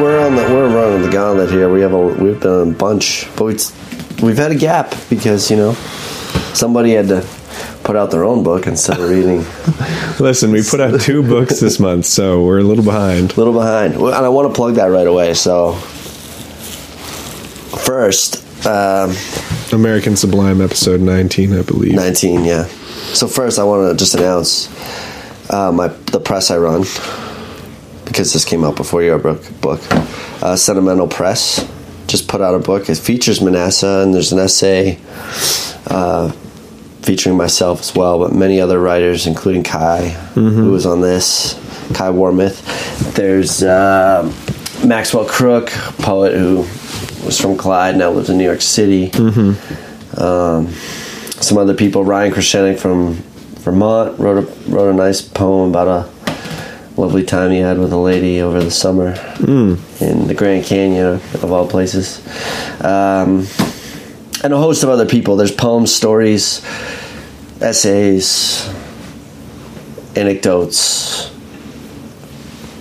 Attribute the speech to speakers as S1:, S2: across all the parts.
S1: We're on the we're running the gauntlet here. We have a we've done a bunch, but we we've had a gap because you know somebody had to put out their own book instead of reading.
S2: Listen, we put out two books this month, so we're a little behind.
S1: A little behind, Well, and I want to plug that right away. So first, um,
S2: American Sublime episode 19, I believe.
S1: 19 yeah so first i want to just announce uh, my the press i run because this came out before your book book uh, sentimental press just put out a book it features manasseh and there's an essay uh, featuring myself as well but many other writers including kai who was on this kai warmith there's uh, maxwell crook poet who was from clyde now lives in new york city some other people. Ryan Krashenik from Vermont wrote a wrote a nice poem about a lovely time he had with a lady over the summer in the Grand Canyon of all places, um, and a host of other people. There's poems, stories, essays, anecdotes.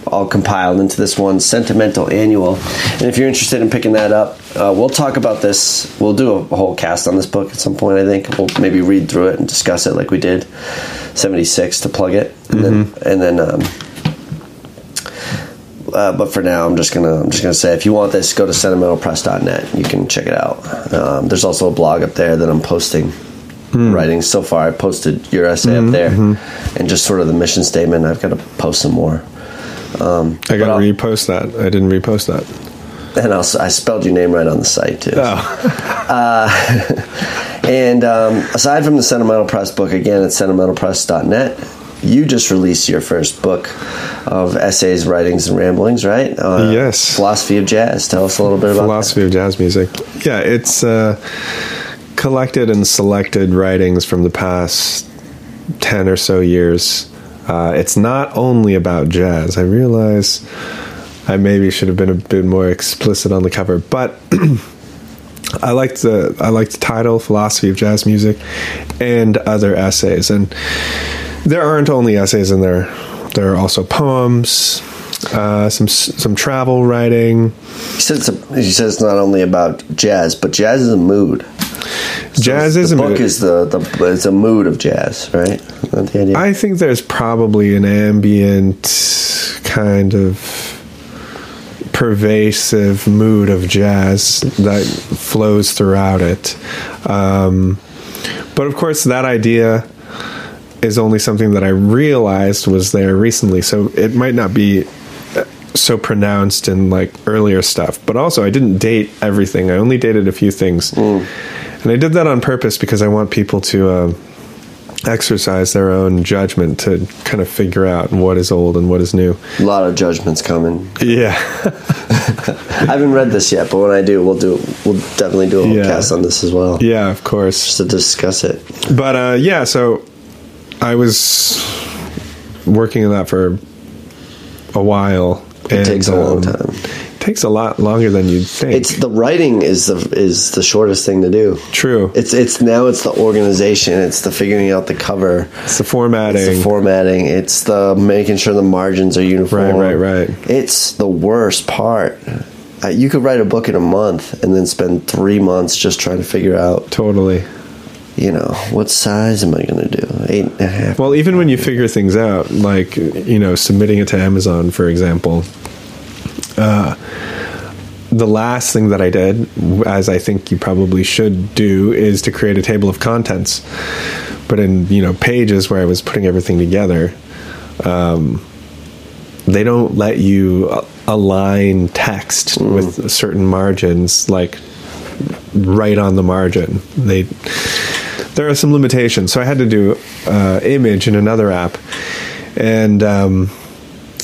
S1: All compiled into this one sentimental annual, and if you're interested in picking that up, uh, we'll talk about this. We'll do a whole cast on this book at some point. I think we'll maybe read through it and discuss it like we did seventy six to plug it, and then, and then um, uh, but for now, I'm just gonna I'm just gonna say if you want this, go to sentimentalpress.net. You can check it out. Um, there's also a blog up there that I'm posting writing so far. I posted your essay up there, and just sort of the mission statement. I've got to post some more.
S2: I
S1: But I'll-
S2: gotta repost that. I didn't repost that.
S1: and I'll, I spelled your name right on the site too.
S2: Oh,
S1: And um, aside from the Sentimental Press book, again at sentimentalpress.net, you just released your first book of essays, writings, and ramblings, right? Uh,
S2: Yes.
S1: Philosophy of Jazz. Tell us a little bit about
S2: philosophy of jazz music. Yeah, it's uh, collected and selected writings from the past ten or so years. Uh, it's not only about jazz. I realize I maybe should have been a bit more explicit on the cover, but I liked the I liked the title "Philosophy of Jazz Music" and other essays, and there aren't only essays in there. There are also poems, uh, some some travel writing.
S1: that. You said, it's a, you said it's not only about jazz, but jazz is a mood. So
S2: jazz
S1: the
S2: is a
S1: book
S2: mood.
S1: is the, the it's a mood of jazz, right? Isn't that the idea?
S2: I think there's probably an ambient kind of pervasive mood of jazz that flows throughout it. Um, but of course, that idea is only something that I realized was there recently, so it might not be uh, so pronounced in like earlier stuff. But also, I didn't date everything; I only dated a few things, and I did that on purpose because I want people to. Uh, exercise their own judgment to kind of figure out what is old and what is new.
S1: a lot of judgments coming.
S2: Yeah.
S1: I haven't read this yet, but when I do, we'll do we'll definitely do a whole
S2: Yeah.
S1: cast on this as well,
S2: Yeah, of course.
S1: just to discuss it.
S2: But uh yeah, so I was working on that for a while. um,
S1: It takes a long time.
S2: Takes a lot longer than you'd think.
S1: It's the writing is the is the shortest thing to do.
S2: true.
S1: It's
S2: It's,
S1: it's now it's the organization, it's the figuring out the cover,
S2: the formatting.
S1: it's the formatting, it's the making sure the margins are uniform.
S2: Right, right, right.
S1: It's the worst part. Uh, You could write a book in a month and then spend three months just trying to figure out,
S2: totally.
S1: you know, what size am I going to do? Eight and a half.
S2: Well, even when you figure things out, like you know, submitting it to Amazon, for example, uh, the last thing that I did, as I think you probably should do, is to create a table of contents. But in you know pages where I was putting everything together, um, they don't let you a- align text with certain margins like right on the margin they there are some limitations so i had to do uh, image in another app and um,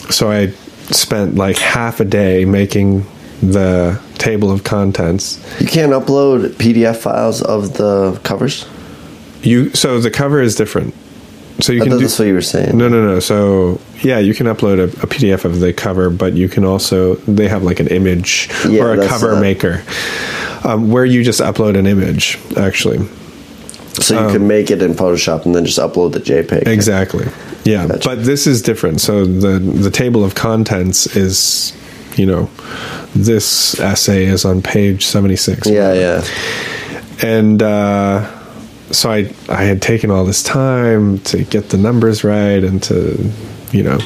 S2: so i spent like half a day making the table of contents
S1: you can't upload PDF files of the covers?
S2: you so the cover is different so you
S1: I
S2: can
S1: thought
S2: do
S1: that's what you were saying.
S2: no no no so yeah you can upload a, a pdf of the cover but you can also they have like an image
S1: Yeah,
S2: or a
S1: that's
S2: cover
S1: that.
S2: maker um, where you just upload an image actually
S1: So you can make it in Photoshop and then just upload the JPEG.
S2: um, Exactly. Yeah,
S1: Gotcha.
S2: but this is different. So the the table of contents is, you know, this essay is on page seventy six.
S1: Yeah, yeah.
S2: and uh, so I I had taken all this time to get the numbers right and to, you know,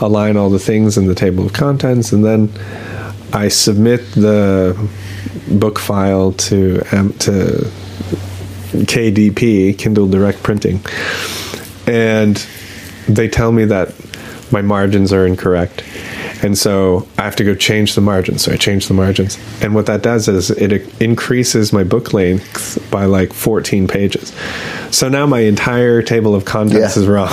S2: align all the things in the table of contents, and then I submit the book file to M- to KDP Kindle Direct Printing, and they tell me that my margins are incorrect. And so I have to go change the margins. So I change the margins. And what that does is it increases my book length by like 14 pages. So now my entire table of contents
S1: Yeah.
S2: is wrong.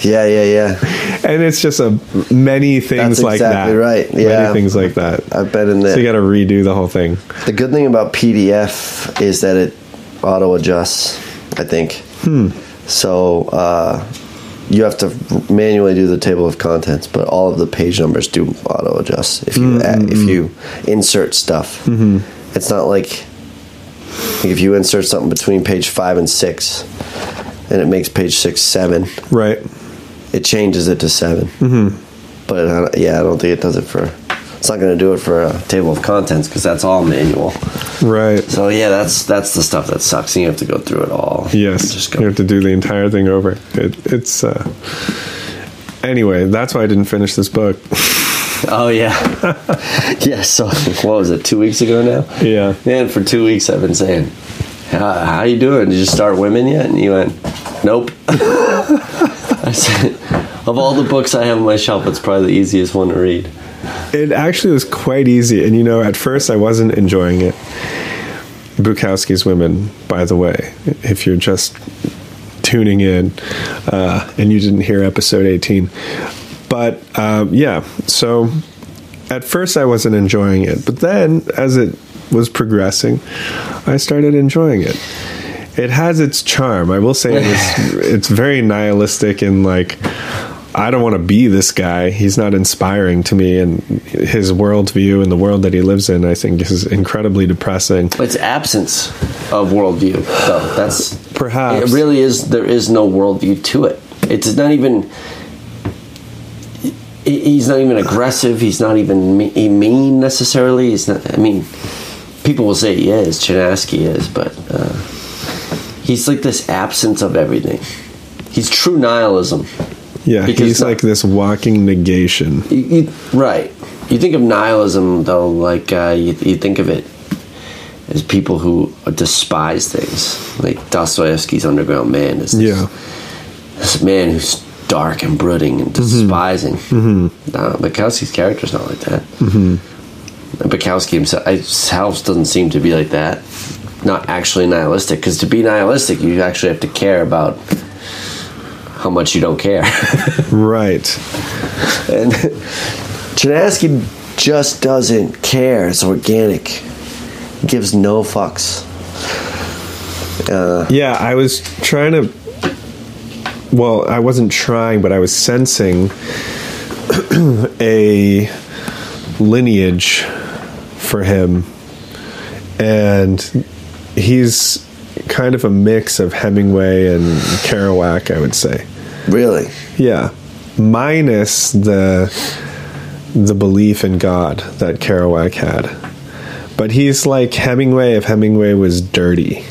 S1: Yeah, yeah, yeah.
S2: And it's just a many things
S1: That's
S2: like
S1: exactly
S2: that.
S1: right. Yeah.
S2: Many things like that.
S1: I've been in there.
S2: So you got to redo the whole thing.
S1: The good thing about PDF is that it auto adjusts, I think. Hmm. So uh, you have to manually do the table of contents, but all of the page numbers do auto adjust if you add, if you insert stuff. Mm-hmm. It's not like, like if you insert something between page five and six, and it makes page six seven,
S2: Right.
S1: it changes it to 7 Mm-hmm. But uh, yeah, I don't think it does it for. It's not going to do it for a table of contents because that's all manual.
S2: Right.
S1: So yeah, that's that's the stuff that sucks, and you have to go through it all.
S2: Yes,
S1: just
S2: you
S1: go.
S2: have to do the entire thing over. It, it's uh, anyway. That's why I didn't finish this book.
S1: Oh yeah, yeah. So what was it? Two weeks ago now.
S2: Yeah.
S1: Man, for two weeks I've been saying, "How, how you doing? Did you start women yet?" And you went, "Nope." I said, "Of all the books I have on my shelf, it's probably the easiest one to read."
S2: It actually was quite easy, and you know, at first I wasn't enjoying it. Bukowski's Women, by the way, if you're just tuning in uh, and you didn't hear episode 18. But um, yeah, so at first I wasn't enjoying it, but then as it was progressing, I started enjoying it. It has its charm. I will say it's, it's very nihilistic and like, I don't want to be this guy. He's not inspiring to me. And his worldview and the world that he lives in, I think, is incredibly depressing.
S1: But it's absence of worldview, though. That's
S2: Perhaps.
S1: it. Really, is there is no worldview to it? It's not even. he- He's not even aggressive. He's not even me- he mean necessarily. He's not. I mean, people will say he is. Chinaski is, but uh, he's like this absence of everything. He's true nihilism.
S2: Yeah,
S1: Because
S2: he's
S1: the-
S2: like this walking negation.
S1: You, you, right. You think of nihilism, though, like uh, you, you think of it as people who despise things. Like Dostoevsky's Underground Man is this,
S2: Yeah,
S1: this man who's dark and brooding and despising. Mm-hmm. Nah, Bukowski's character's not like that. And Bukowski himself, himself doesn't seem to be like that. Not actually nihilistic, because to be nihilistic, you actually have to care about how much you don't care.
S2: right.
S1: And Chinaski just doesn't care. It's organic. Gives no fucks. Uh,
S2: Yeah, I was trying to. Well, I wasn't trying, but I was sensing a lineage for him. And he's kind of a mix of Hemingway and Kerouac, I would say.
S1: Really?
S2: Yeah, minus the the belief in God that Kerouac had, but he's like Hemingway if Hemingway was dirty,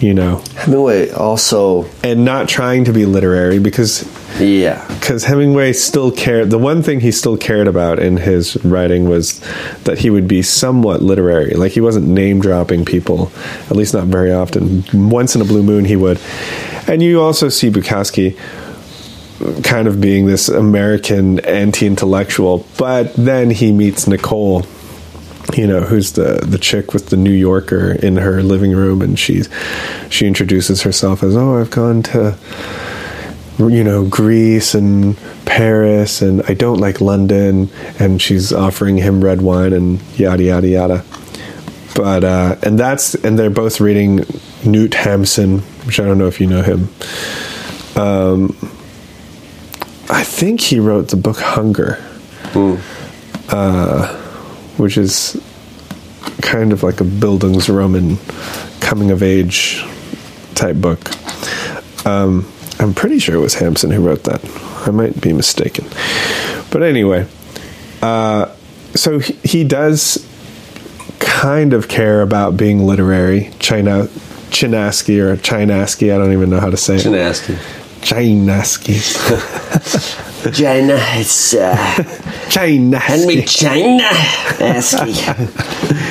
S2: you know,
S1: Hemingway also.
S2: and not trying to be literary because
S1: Yeah.
S2: because Hemingway still cared. The one thing he still cared about in his writing was that he would be somewhat literary. Like he wasn't name dropping people, at least not very often. Once in a blue moon, he would. And you also see Bukowski kind of being this American anti intellectual, but then he meets Nicole you know who's the the chick with the New Yorker in her living room, and she's she introduces herself as, "Oh, I've gone to you know Greece and Paris, and I don't like London," and she's offering him red wine and yada yada yada. But uh, and that's and they're both reading Newt Hampson, which I don't know if you know him. Um, I think he wrote the book Hunger,
S1: Hmm.
S2: uh, which is kind of like a Bildungsroman coming of age type book. Um, I'm pretty sure it was Hampson who wrote that. I might be mistaken. But anyway, uh, so he, he does kind of care about being literary. China, Chinaski or Chinaski, I don't even know how to say it.
S1: Chinaski.
S2: Chinaski.
S1: China, it's uh,
S2: China.
S1: Henry China Aski.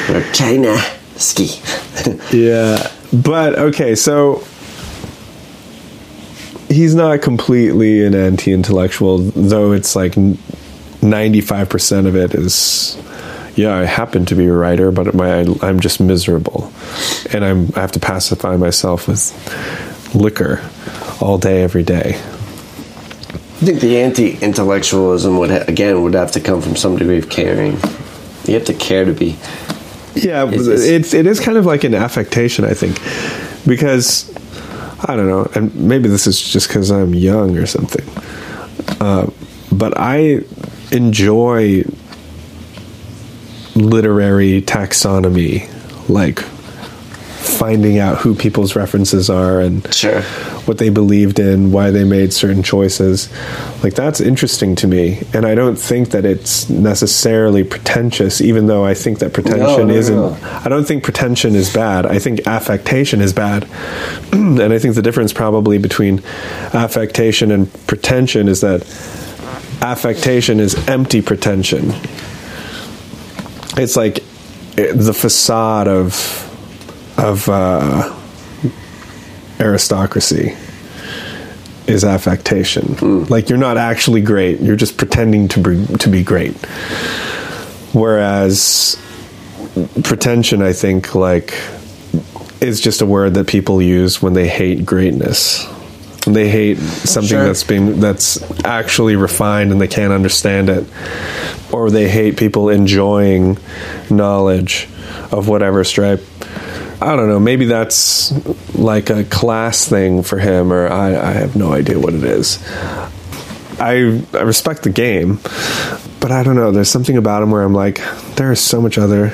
S1: or China Ski.
S2: Yeah. But okay, so he's not completely an anti-intellectual, though. It's like ninety-five percent of it is. Yeah, I happen to be a writer, but my I'm just miserable, and I'm I have to pacify myself with liquor all day every day.
S1: I think the anti-intellectualism would ha- again would have to come from some degree of caring. You have to care to be.
S2: Yeah,
S1: It's-
S2: it's,
S1: it's-
S2: it's it is kind of like an affectation, I think, because I don't know, and maybe this is just because I'm young or something, uh, but I enjoy literary taxonomy, like finding out who people's references are and
S1: Sure.
S2: what they believed in, why they made certain choices. Like that's interesting to me, and I don't think that it's necessarily pretentious. Even though I think that pretension
S1: no,
S2: isn't,
S1: no.
S2: I don't think pretension is bad. I think affectation is bad, and I think the difference probably between affectation and pretension is that affectation is empty pretension. It's like eh, the facade of of uh, aristocracy is affectation.
S1: Hmm.
S2: Like you're not actually great; you're just pretending to be, to be great. Whereas pretension, I think, like is just a word that people use when they hate greatness. They hate something
S1: Sure.
S2: that's being that's actually refined and they can't understand it, or they hate people enjoying knowledge of whatever stripe. I don't know. Maybe that's like a class thing for him, or I, I have no idea what it is. I I respect the game, but I don't know. There's something about him where I'm like, there is so much other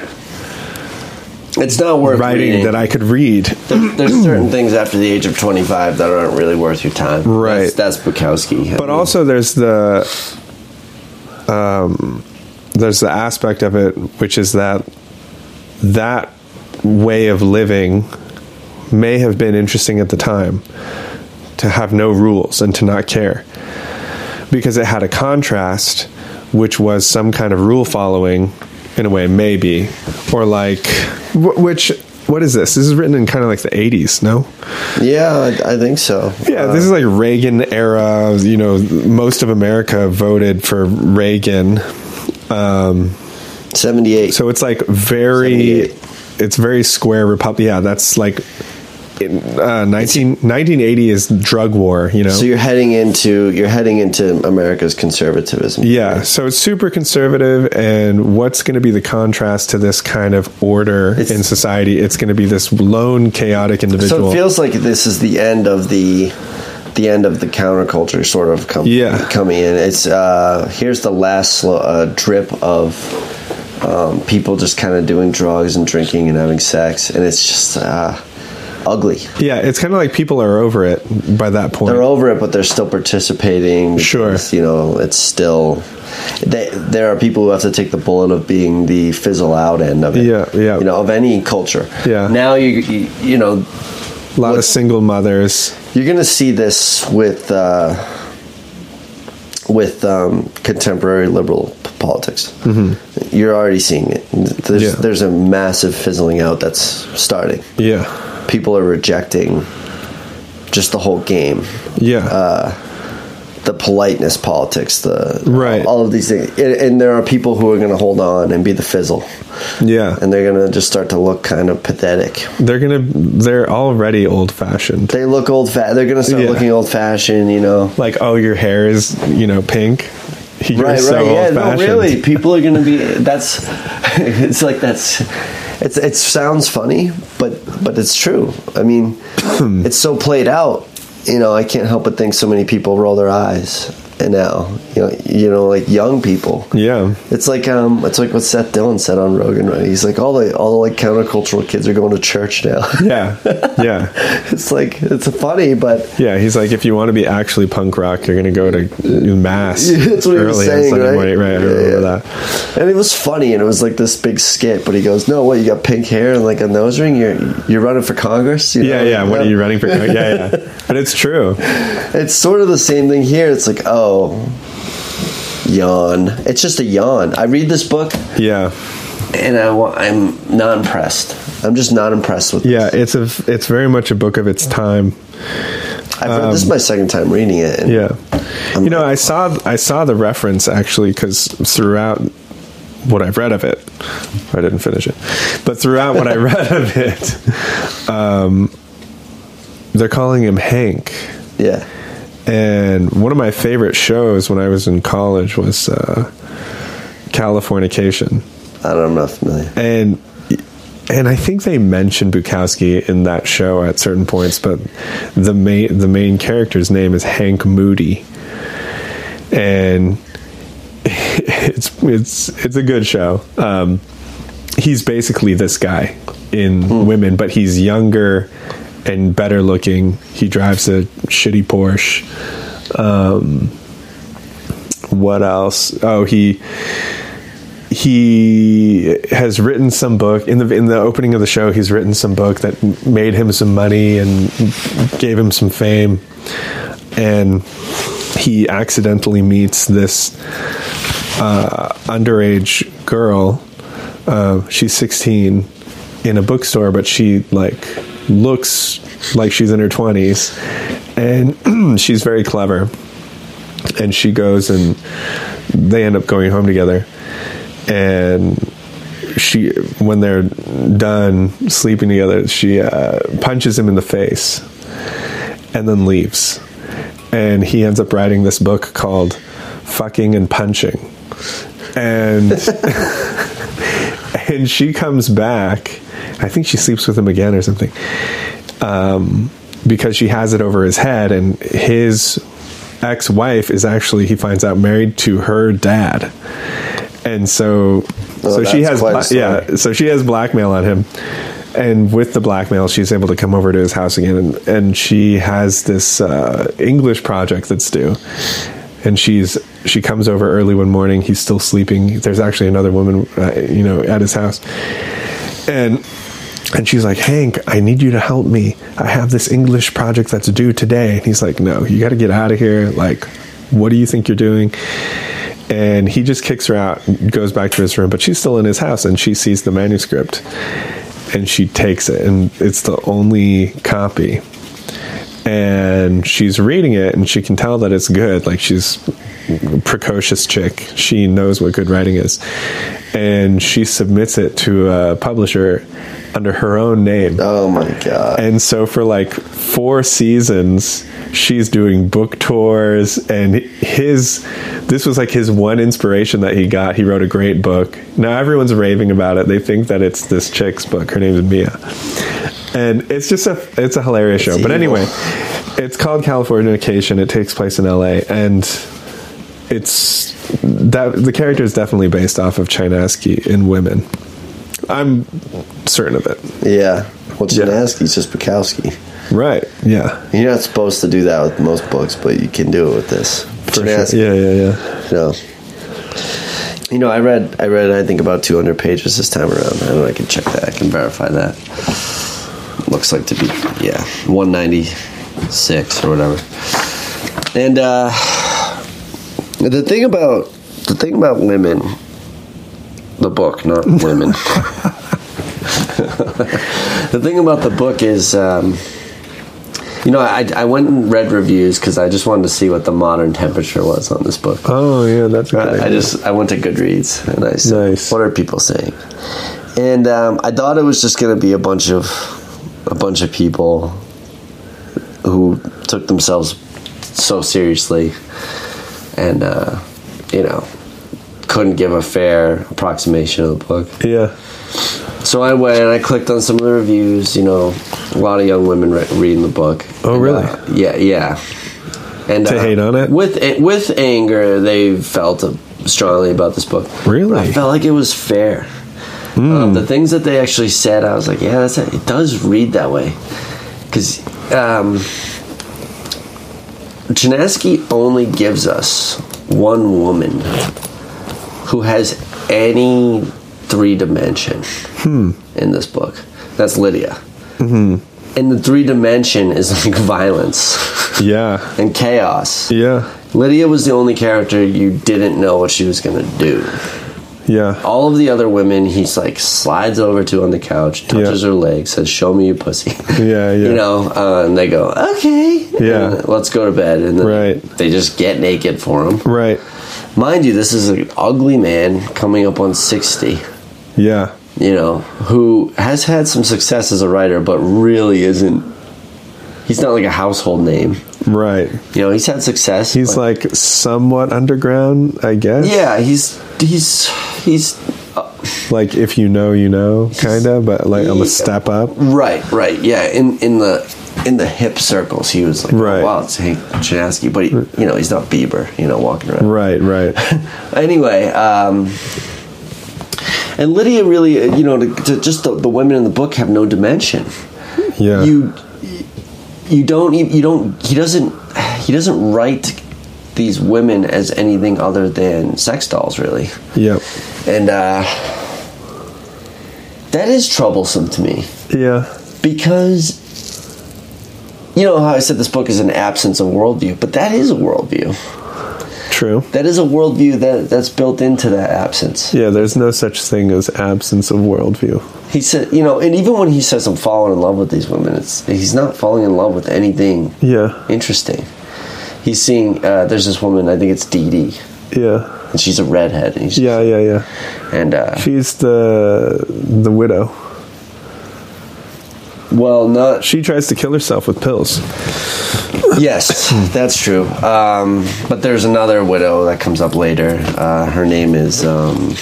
S1: It's not worth
S2: writing
S1: reading.
S2: that I could read.
S1: There- There's certain things after the age of 25 that aren't really worth your time.
S2: Right.
S1: That's, that's Bukowski.
S2: But also, there's the um, there's the aspect of it which is that that way of living may have been interesting at the time to have no rules and to not care because it had a contrast which was some kind of rule following in a way maybe or like wh- which what is this this is written in kind of like the 80s no
S1: Yeah, I, I think so.
S2: yeah,
S1: Uh,
S2: this is like Reagan era. You know, most of America voted for Reagan,
S1: Uh, 78.
S2: so it's like
S1: 78.
S2: very, it's very square Republic. Yeah, that's like in, uh, 19, 1980 is drug war. You know,
S1: So you're heading into you're heading into America's conservatism.
S2: yeah. So it's super conservative, and what's going to be the contrast to this kind of order
S1: It's-
S2: in society? It's going to be this lone, chaotic individual.
S1: So it feels like this is the end of the the end of the counterculture sort of com-
S2: Yeah.
S1: coming in. It's uh, here's the last slow, uh, drip of um, people just kind of doing drugs and drinking and having sex, and it's just uh, ugly.
S2: yeah, it's kind of like people are over it by that point.
S1: they're over it, but they're still participating.
S2: Sure.
S1: because, you know it's still. They, there are people who have to take the bullet of being the fizzle out end of it.
S2: Yeah, yeah.
S1: You know of any culture.
S2: Yeah.
S1: Now you you, you know
S2: a lot of single mothers.
S1: you're gonna see this with uh, with um, contemporary liberal p- politics. Mm-hmm. You're already seeing it. There's
S2: Yeah.
S1: there's a massive fizzling out that's starting.
S2: Yeah,
S1: People are rejecting just the whole game.
S2: yeah.
S1: Uh, the politeness politics, the
S2: Right.
S1: all of these things, and, and there are people who are going to hold on and be the fizzle,
S2: Yeah,
S1: and they're going to just start to look kind of pathetic.
S2: they're gonna they're already old fashioned.
S1: They look old fa They're going to start
S2: Yeah.
S1: looking old fashioned, you know.
S2: Like, oh, your hair is you know pink. You're
S1: right,
S2: so
S1: right, yeah,
S2: old
S1: no,
S2: fashioned.
S1: really. People are going to be. That's. It's like that's. It's it sounds funny, but but it's true. I mean, it's so played out you know, I can't help but think so many people roll their eyes. And now, you know, you know, like young people.
S2: Yeah.
S1: It's like um, it's like what Seth Dillon said on Rogan. Right? He's like, all the all the like countercultural kids are going to church now.
S2: Yeah. Yeah.
S1: it's like it's funny, but
S2: Yeah. He's like, if you want to be actually punk rock, you're going to go to mass.
S1: Yeah, that's what he was
S2: on
S1: saying,
S2: Sunday
S1: right?
S2: morning. Right. I
S1: Yeah,
S2: remember
S1: yeah.
S2: that.
S1: and it was funny, and it was like this big skit. But he goes, "No, what? You got pink hair and like a nose ring? You're you're running for Congress? You
S2: Yeah.
S1: know?
S2: Yeah. What are you running for? Yeah. Yeah. But it's true.
S1: It's sort of the same thing here. It's like, oh, yawn. It's just a yawn. I read this book,
S2: Yeah.
S1: and I wa- I'm not impressed. I'm just not impressed with.
S2: Yeah. It's a, it's very much a book of its time.
S1: I've read, this is my second time reading it. And
S2: um, Yeah,
S1: I'm
S2: you know,
S1: like,
S2: I saw I saw the reference actually because throughout what I've read of it, I didn't finish it, but throughout what I read of it, um, they're calling him Hank.
S1: yeah,
S2: And one of my favorite shows when I was in college was uh, Californication,
S1: I don't, I'm not familiar.
S2: and and I think they mentioned Bukowski in that show at certain points, but the main the main character's name is Hank Moody, and it's it's it's a good show. Um, he's basically this guy in women, but he's younger and better looking. He drives a shitty Porsche. Um, what else? Oh, he he has written some book in the in the opening of the show. He's written some book that m- made him some money and gave him some fame, and he accidentally meets this uh, underage girl. Uh, she's sixteen in a bookstore, but she like looks like she's in her twenties, and she's very clever. And she goes and they end up going home together and she when they're done sleeping together she uh, punches him in the face and then leaves and he ends up writing this book called fucking and punching and and she comes back i think she sleeps with him again or something um, because she has it over his head and his ex-wife is actually he finds out married to her dad and so
S1: Oh,
S2: so she
S1: that's
S2: has
S1: quite a
S2: bla-
S1: story.
S2: yeah so she has blackmail on him and with the blackmail she's able to come over to his house again and, and she has this uh, english project that's due and she's she comes over early one morning he's still sleeping there's actually another woman uh, you know at his house and and she's like, Hank, I need you to help me. I have this English project that's due today. And he's like, No, you got to get out of here. Like, what do you think you're doing? And he just kicks her out, and goes back to his room, but she's still in his house and she sees the manuscript and she takes it. And it's the only copy. And she's reading it and she can tell that it's good. Like, she's a precocious chick. She knows what good writing is. And she submits it to a publisher under her own name.
S1: Oh my god.
S2: And so for like four seasons, she's doing book tours and his this was like his one inspiration that he got. He wrote a great book. Now everyone's raving about it. They think that it's this chick's book. Her name's Mia. And it's just a it's a hilarious show. But
S1: evil.
S2: anyway, it's called Californication. It takes place in LA and it's that the character is definitely based off of Chinaski in women. I'm certain of it.
S1: Yeah. Well,
S2: Yeah.
S1: Janaski's just Bukowski.
S2: Right. Yeah.
S1: You're not supposed to do that with most books, but you can do it with this.
S2: For sure.
S1: Chinaski,
S2: Yeah, yeah, yeah.
S1: You know. You know, I read, I read, I think about 200 pages this time around. I don't know. I can check that. I can verify that. Looks like to be, yeah, 196 or whatever. And uh, the thing about the thing about women, the book, not women. the thing about the book is. Um, you know, I, I went and read reviews because I just wanted to see what the modern temperature was on this book.
S2: Oh, yeah, that's good.
S1: I, I just I went to Goodreads and I said,
S2: Nice.
S1: "What are people saying?" And um, I thought it was just going to be a bunch of a bunch of people who took themselves so seriously and uh, you know couldn't give a fair approximation of the book.
S2: yeah.
S1: So I went and I clicked on some of the reviews, you know, a lot of young women re- reading the book.
S2: Oh,
S1: And,
S2: really?
S1: uh, yeah, yeah. And uh,
S2: To hate on it?
S1: with a- with anger, they felt strongly about this book.
S2: Really?
S1: I felt like it was fair. Um, the things that they actually said, I was like, yeah, that's it. It does read that way because um, Janeski only gives us one woman who has any three dimension in this book. That's Lydia. And the three dimension is like violence
S2: Yeah.
S1: and chaos.
S2: Yeah.
S1: Lydia was the only character you didn't know what she was going to do.
S2: Yeah.
S1: All of the other women, he's like slides over to on the couch, touches her leg, says, "Show me your pussy."
S2: Yeah, yeah.
S1: You know, uh, and they go, "Okay,
S2: Yeah.
S1: and let's go to bed." And then
S2: Right.
S1: they just get naked for him.
S2: Right.
S1: Mind you, this is an ugly man coming up on 60,
S2: Yeah.
S1: you know, who has had some success as a writer, but really isn't. He's not like a household name.
S2: Right.
S1: You know, he's had success.
S2: He's
S1: but-
S2: like somewhat underground, I guess.
S1: yeah, he's, he's, he's, uh,
S2: Like if you know, you know, kind of, but like I'm a step up.
S1: right, right, yeah. In, in the, in the hip circles, he was like,
S2: Right.
S1: oh, wow, it's Hank Janowski, but he, you know, he's not Bieber, you know, walking around.
S2: Right, right.
S1: anyway, um, and Lydia really, uh, you know, to, to just the, the women in the book have no dimension.
S2: Yeah.
S1: You, you don't, e- you don't. He doesn't, he doesn't write these women as anything other than sex dolls, really,
S2: yep.
S1: and uh, that is troublesome to me
S2: Yeah.
S1: because. You know how I said this book is an absence of worldview, but that is a worldview.
S2: True.
S1: That is a worldview that, that's built into that absence.
S2: Yeah, there's no such thing as absence of worldview.
S1: He said, you know, and even when he says I'm falling in love with these women, it's he's not falling in love with anything
S2: Yeah.
S1: interesting. He's seeing uh, there's this woman, I think it's Dee Dee,
S2: Yeah.
S1: and she's a redhead, and, he's,
S2: Yeah, yeah, yeah.
S1: and uh,
S2: She's the the widow.
S1: well, not
S2: She tries to kill herself with pills.
S1: yes, that's true. Um, but there's another widow that comes up later. Uh, her name is um,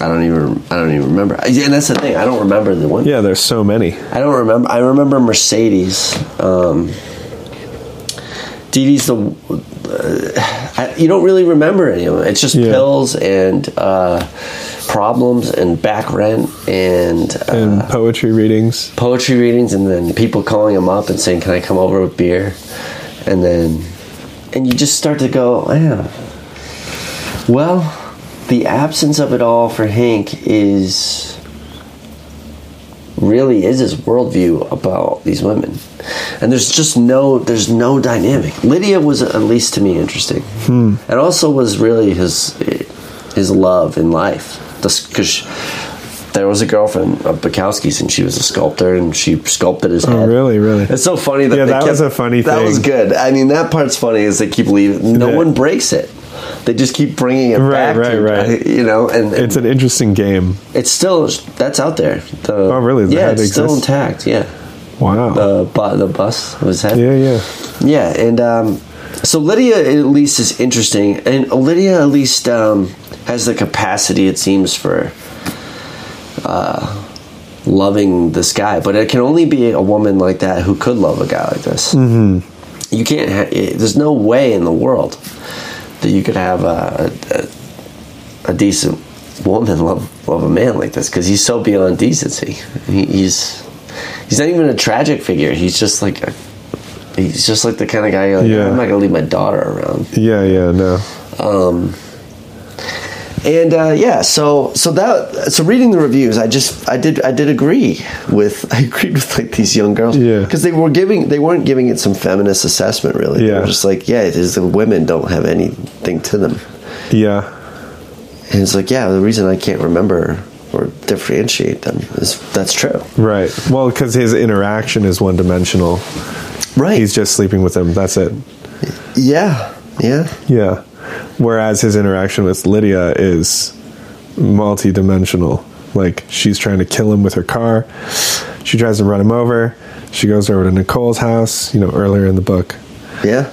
S1: I don't even I don't even remember. Uh, Yeah, and that's the thing, I don't remember the one.
S2: Yeah, there's so many.
S1: I don't remember. I remember Mercedes. Um, Dee Dee's the. Uh, I, you don't really remember any of them. It's just
S2: Yeah.
S1: pills and uh, problems and back rent and uh,
S2: And poetry readings.
S1: poetry readings and then people calling him up and saying, "Can I come over with beer?" And then, and you just start to go, "Yeah." Well, the absence of it all for Hank is really is his worldview about these women, and there's just no there's no dynamic. Lydia was at least to me interesting,
S2: Hmm.
S1: and also was really his his love in life because. There was a girlfriend of Bukowski's, and she was a sculptor, and she sculpted his
S2: Oh,
S1: head.
S2: really, really.
S1: It's so funny that
S2: Yeah,
S1: they
S2: that
S1: kept-
S2: was a funny
S1: That was
S2: thing.
S1: good. I mean, that part's funny is they keep leaving. No
S2: Yeah.
S1: one breaks it. They just keep bringing it
S2: Right,
S1: back.
S2: right,
S1: to-
S2: right.
S1: You know, and, and
S2: It's an interesting game.
S1: it's still that's out there. The,
S2: Oh, really? The
S1: yeah,
S2: head
S1: it's still
S2: exists?
S1: intact. Yeah,
S2: Wow.
S1: the bu- the bus was head.
S2: Uh, Yeah, yeah.
S1: Yeah, and um, so Lydia at least is interesting, and Lydia at least um, has the capacity, it seems, for uh, loving this guy. But it can only be a woman like that who could love a guy like this. Mm-hmm. You can't. Ha- it, there's no way in the world that you could have a, a, a decent woman love love a man like this because he's so beyond decency. He, he's he's not even a tragic figure. He's just like a he's just like the kind of guy you're like,
S2: Yeah.
S1: I'm not gonna leave my daughter around.
S2: Yeah, yeah, no.
S1: Um, And uh, yeah, so so that so reading the reviews, I just I did I did agree with I agreed with like these young girls
S2: Yeah.
S1: because they were giving they weren't giving it some feminist assessment really. They
S2: Yeah.
S1: were just like yeah, it is the women don't have anything to them.
S2: Yeah.
S1: And it's like, yeah, the reason I can't remember or differentiate them is that's true.
S2: Right. Well, because his interaction is one dimensional.
S1: Right.
S2: He's just sleeping with him. That's it.
S1: yeah. Yeah.
S2: Yeah. Whereas his interaction with Lydia is multi-dimensional. Like she's trying to kill him with her car. She tries to run him over. She goes over to Nicole's house, you know, earlier in the book.
S1: Yeah.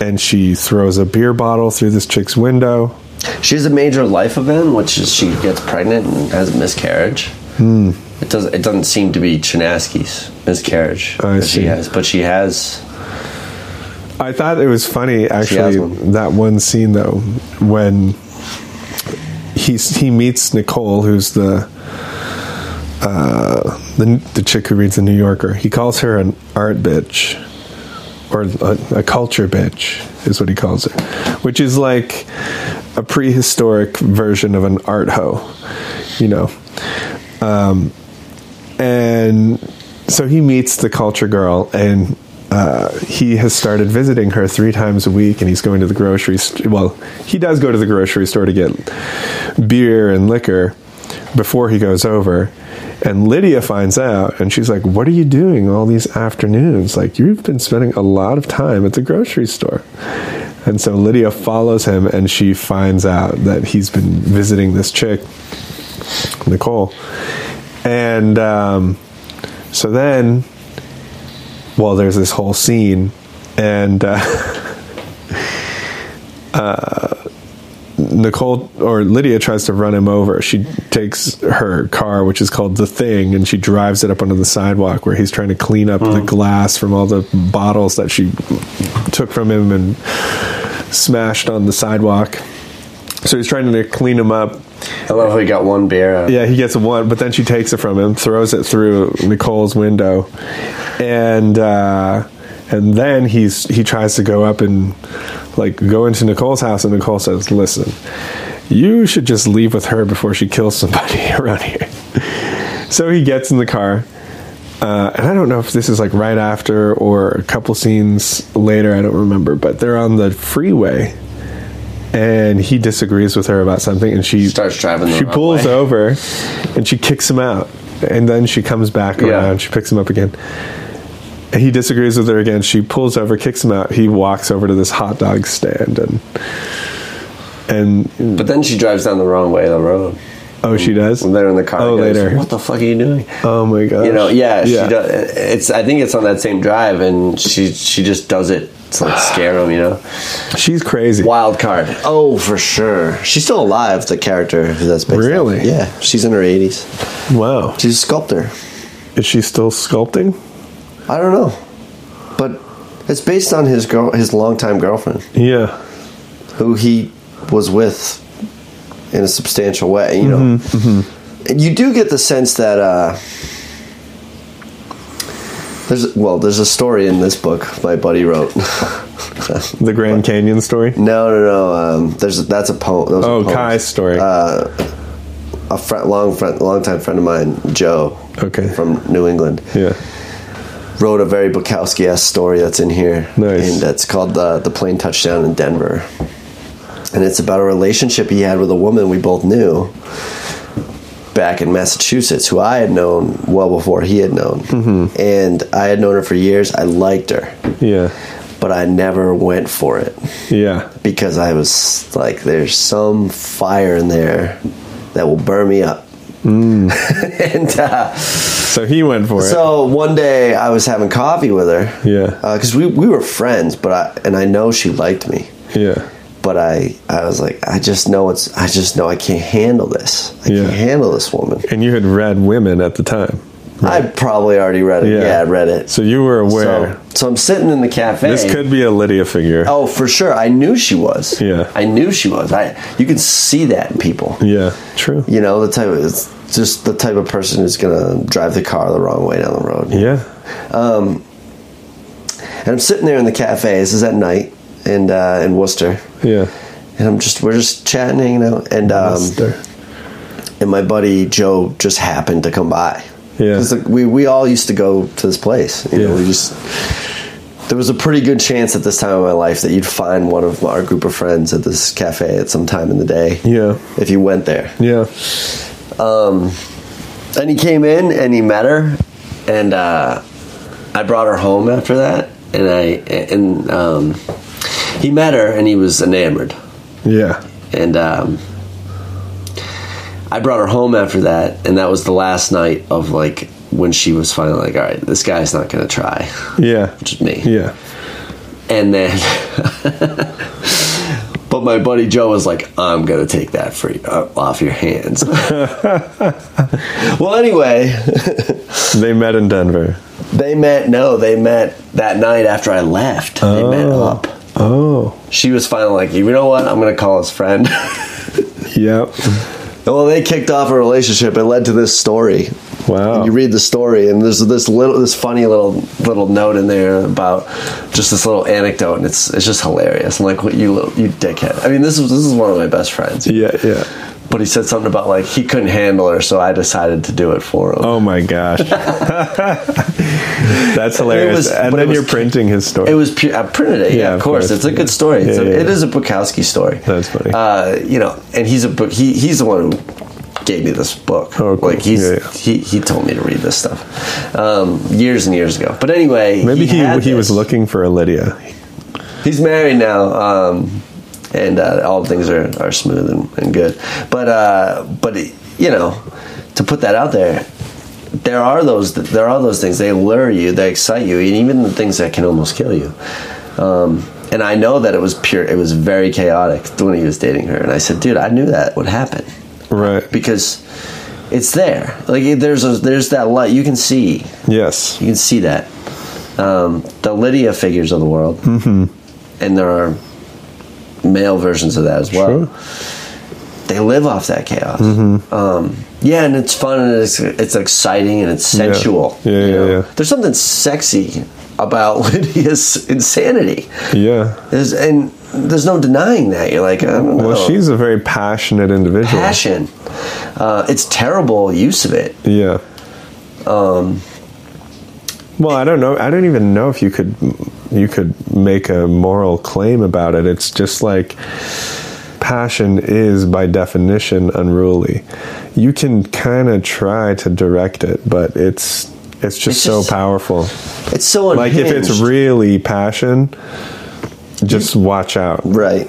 S2: And she throws a beer bottle through this chick's window. Hmm.
S1: She has a major life event, which is she gets pregnant and has a miscarriage. It doesn't. It doesn't seem to be Chinaski's miscarriage
S2: I
S1: that she
S2: see.
S1: has, but she has.
S2: I thought it was funny actually
S1: one.
S2: that one scene though when he he meets Nicole, who's the uh, the the chick who reads the New Yorker. He calls her an art bitch or a, a culture bitch is what he calls her, which is like a prehistoric version of an art hoe, you know. Um, and so he meets the culture girl and uh, he has started visiting her three times a week and he's going to the grocery st- well he does go to the grocery store to get beer and liquor before he goes over and lydia finds out and she's like what are you doing all these afternoons like you've been spending a lot of time at the grocery store and so lydia follows him and she finds out that he's been visiting this chick Nicole. And um, so then, well, there's this whole scene, and uh, uh, Nicole or Lydia tries to run him over. She takes her car, which is called the Thing, and she drives it up onto the sidewalk where he's trying to clean up the glass from all the bottles that she took from him and smashed on the sidewalk. So he's trying to clean him up.
S1: I love how he got one beer. Out.
S2: Yeah, he gets one, but then she takes it from him, throws it through Nicole's window, and uh, and then he's he tries to go up and like go into Nicole's house, and Nicole says, "Listen, you should just leave with her before she kills somebody around here." So he gets in the car, uh, and I don't know if this is like right after or a couple scenes later. I don't remember, but they're on the freeway. And he disagrees with her about something, and she
S1: Starts driving the
S2: She
S1: wrong
S2: pulls
S1: way.
S2: over and she kicks him out and then she comes back
S1: Yeah.
S2: around she picks him up again he disagrees with her again she pulls over kicks him out he walks over to this hot dog stand and and
S1: But then she drives down the wrong way of the road.
S2: oh she does
S1: When they're in the car,
S2: oh
S1: he goes,
S2: later
S1: What the fuck are you doing?
S2: oh my god
S1: You know, yeah, She does, it's. I think it's on that same drive, and she she just does it to like scare him. You know,
S2: she's crazy
S1: wild card. Oh, for sure. She's still alive. The character who that's based. on.
S2: Really?
S1: Yeah, she's in her eighties.
S2: wow
S1: She's a sculptor.
S2: is she still sculpting
S1: I don't know, but it's based on his girl, his longtime girlfriend,
S2: yeah
S1: who he was with in a substantial way. You know, and you do get the sense that uh, there's well, there's a story in this book my buddy wrote.
S2: the grand canyon story
S1: no, no, no. Um, there's that's a poem. that was a
S2: oh
S1: poem.
S2: kai's story
S1: Uh, A friend, long friend, longtime friend of mine, Joe.
S2: Okay.
S1: From New England.
S2: yeah
S1: wrote a very Bukowski esque story that's in here.
S2: Nice.
S1: And that's called the, the Plane Touchdown in Denver. And it's about a relationship he had with a woman we both knew back in Massachusetts, who I had known well before he had known. Mm-hmm. And I had known her for years. I liked her,
S2: yeah
S1: but I never went for it
S2: yeah
S1: because I was like, there's some fire in there that will burn me up. and uh,
S2: so he went for it
S1: so one day I was having coffee with her.
S2: Yeah.
S1: Because we, we were friends, but I and I know she liked me,
S2: yeah
S1: but I I was like I just know it's I just know I can't handle this. I
S2: Yeah.
S1: can't handle this woman.
S2: and you had read women at the time
S1: I probably already read it.
S2: Yeah.
S1: Yeah, I read it.
S2: So you were aware.
S1: so, so I'm sitting in the cafe.
S2: this could be a Lydia figure.
S1: Oh, for sure. I knew she was.
S2: Yeah.
S1: I knew she was. I you can see that in people.
S2: Yeah, true.
S1: You know, the type of it's just the type of person who's gonna drive the car the wrong way down the road.
S2: Yeah.
S1: And I'm sitting there in the cafe. This is at night, and uh, in Worcester,
S2: Yeah.
S1: and I'm just we're just chatting, hanging out, and um,
S2: Monster.
S1: and my buddy Joe just happened to come by.
S2: Yeah.
S1: 'Cause, like, we we all used to go to this place. You know,
S2: Yeah.
S1: we just there was a pretty good chance at this time of my life that you'd find one of our group of friends at this cafe at some time in the day.
S2: Yeah.
S1: If you went there,
S2: Yeah.
S1: Um, and he came in and he met her, and uh, I brought her home after that, and I and um, he met her and he was enamored,
S2: Yeah.
S1: and um, I brought her home after that, and that was the last night of like when she was finally like, all right, this guy's not gonna try,
S2: Yeah.
S1: which is me,
S2: Yeah.
S1: and then. But But my buddy Joe was like, "I'm gonna take that free uh, off your hands." well, anyway,
S2: They met in Denver.
S1: they met. No, they met that night after I left. They met up.
S2: Oh,
S1: She was finally like, "You know what? I'm gonna call his friend."
S2: yep.
S1: well, they kicked off a relationship. It led to this story.
S2: Wow.
S1: And you read the story, and there's this little, this funny little little note in there about just this little anecdote, and it's it's just hilarious. I'm like, what you little, you dickhead. I mean, this is this is one of my best friends,
S2: yeah, yeah.
S1: but he said something about like he couldn't handle her, so I decided to do it for him.
S2: Oh my gosh. That's hilarious.
S1: was-
S2: and
S1: but
S2: then
S1: it was-
S2: you're printing his story.
S1: It was pu- I printed it. Yeah,
S2: Yeah,
S1: of
S2: of
S1: course.
S2: course.
S1: It's a good story. It's
S2: Yeah,
S1: a,
S2: yeah,
S1: It
S2: yeah.
S1: is a Bukowski story.
S2: That's funny.
S1: Uh, you know, and he's a book. He he's the one who gave me this book.
S2: Oh, cool.
S1: Like he's
S2: Yeah, yeah.
S1: he he told me to read this stuff um, years and years ago. But anyway,
S2: Maybe he he,
S1: had
S2: was
S1: this.
S2: looking for a Lydia.
S1: He's married now, um, and uh, all things are, are smooth and, and good. But uh, but you know, to put that out there, there are those there are those things. They lure you, they excite you, and even the things that can almost kill you. Um, and I know that it was pure. It was very chaotic when he was dating her. And I said, dude, I knew that would happen
S2: Right.
S1: because it's there. Like there's a, there's that light you can see
S2: Yes.
S1: you can see that um, the Lydia figures of the world, mm-hmm. and there are male versions of that as well.
S2: Sure.
S1: They live off that chaos.
S2: Mm-hmm.
S1: Um, yeah, and it's fun and it's it's exciting and it's sensual.
S2: Yeah, yeah,
S1: you know?
S2: yeah.
S1: There's something sexy about Lydia's insanity,
S2: Yeah.
S1: there's, and there's no denying that. You're like, I don't know.
S2: Well, she's a very passionate individual.
S1: passion. Uh, it's terrible use of it.
S2: Yeah. Um.
S1: Um,
S2: Well, I don't know. I don't even know if you could you could make a moral claim about it. It's just like passion is by definition unruly. You can kind of try to direct it, but it's it's just
S1: It's
S2: so
S1: just-
S2: powerful.
S1: It's so
S2: Like
S1: unhinged.
S2: if it's really passion, just watch out.
S1: Right.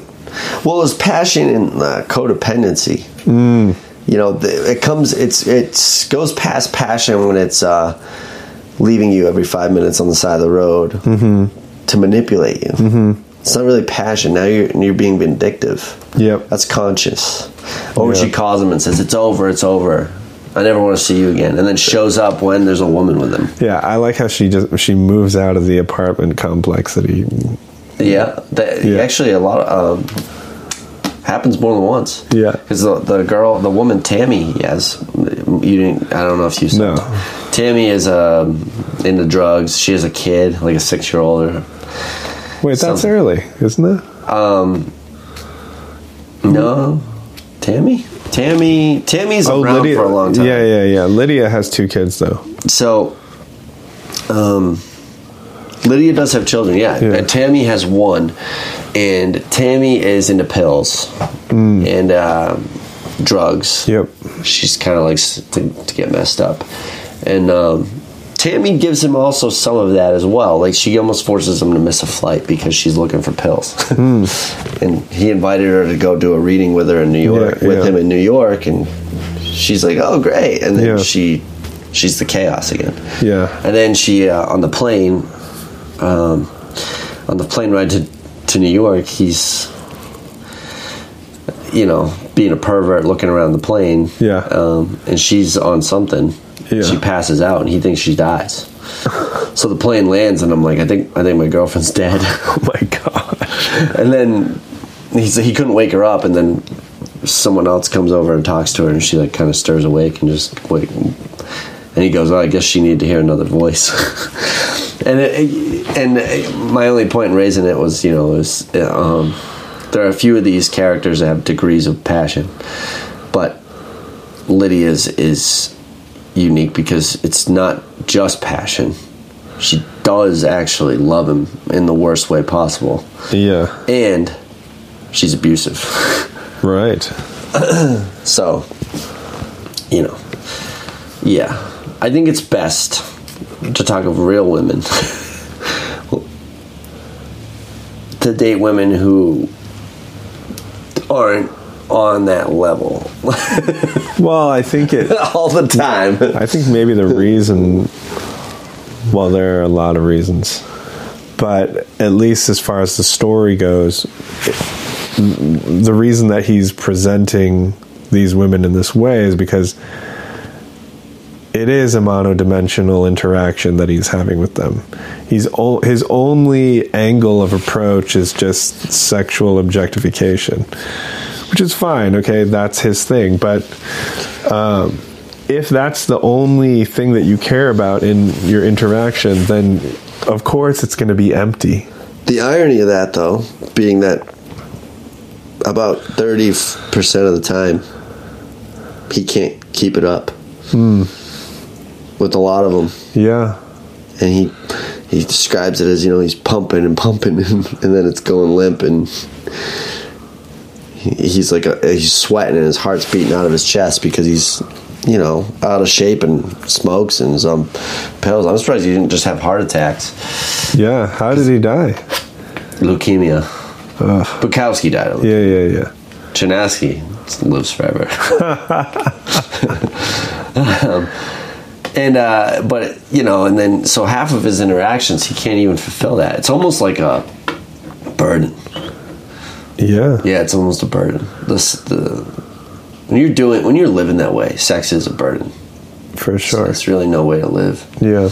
S1: Well, it's passion and uh, codependency. Mm. You know, the, it comes. It's it goes past passion when it's uh, leaving you every five minutes on the side of the road to manipulate you. Mm-hmm. It's not really passion. Now you're you're being vindictive.
S2: Yep.
S1: That's conscious. Or when
S2: Yeah.
S1: she calls him and says, "It's over. It's over. I never want to see you again," and then shows up when there's a woman with him.
S2: Yeah, I like how she just she moves out of the apartment complex that he.
S1: Yeah, that,
S2: Yeah.
S1: actually, a lot of, um, happens more than once.
S2: Yeah.
S1: because the, the girl, the woman Tammy, yes, you didn't. I don't know if you saw.
S2: No.
S1: Tammy is um, into drugs. She has a kid, like a six year old. or
S2: Wait, that's
S1: Some-
S2: early, isn't it?
S1: No, Tammy, Tammy, Tammy's around for a long time.
S2: Oh, Yeah, yeah, yeah. Lydia has two kids though.
S1: So, um, Lydia does have children. Yeah,
S2: Yeah.
S1: And Tammy has one, and Tammy is into pills and uh, drugs.
S2: Mm. Yep.
S1: she's kind of likes to, to get messed up and um, tammy gives him also some of that as well like she almost forces him to miss a flight because she's looking for pills
S2: Hmm.
S1: and he invited her to go do a reading with her in new york
S2: Yeah,
S1: with
S2: yeah.
S1: him in new york and she's like oh great and then
S2: Yeah.
S1: she she's the chaos again
S2: Yeah.
S1: and then she uh, on the plane um, on the plane ride to, to new york he's you know being a pervert looking around the plane
S2: Yeah.
S1: um, and she's on something
S2: Yeah.
S1: she passes out and he thinks she dies so the plane lands and i'm like i think i think my girlfriend's dead
S2: Oh my god.
S1: and then he said he couldn't wake her up, and then someone else comes over and talks to her, and she like kind of stirs awake and just wait. And he goes, "Oh, I guess she needed to hear another voice." and it, and my only point in raising it was, you know, it was, um, there are a few of these characters that have degrees of passion, but Lydia's is unique because it's not just passion. She does actually love him in the worst way possible
S2: Yeah.
S1: and she's abusive.
S2: Right.
S1: So, you know, yeah, I think it's best to talk of real women. to date women who aren't on that level
S2: Well, I think it.
S1: all the time.
S2: I think maybe the reason. Well, there are a lot of reasons, but at least as far as the story goes, the reason that he's presenting these women in this way is because it is a monodimensional interaction that he's having with them. He's o- his only angle of approach is just sexual objectification, which is fine. Okay, that's his thing. But um, if that's the only thing that you care about in your interaction, then of course it's going to be empty.
S1: The irony of that, though, being that about 30% of the time, he can't keep it up with a lot of them.
S2: Yeah.
S1: And he he describes it as, you know, he's pumping and pumping and, and then it's going limp and he, he's like, a, he's sweating and his heart's beating out of his chest because he's, you know, out of shape and smokes and is on pills. I'm surprised he didn't just have heart attacks.
S2: Yeah. How did he die?
S1: Leukemia. Bukowski died of
S2: Yeah, yeah, yeah.
S1: Chinaski lives forever. Um, and uh, but you know, and then so half of his interactions he can't even fulfill that. It's almost like a burden.
S2: Yeah.
S1: Yeah, it's almost a burden. This the when you're doing when you're living that way, sex is a burden.
S2: For sure.
S1: There's really no way to live.
S2: Yeah.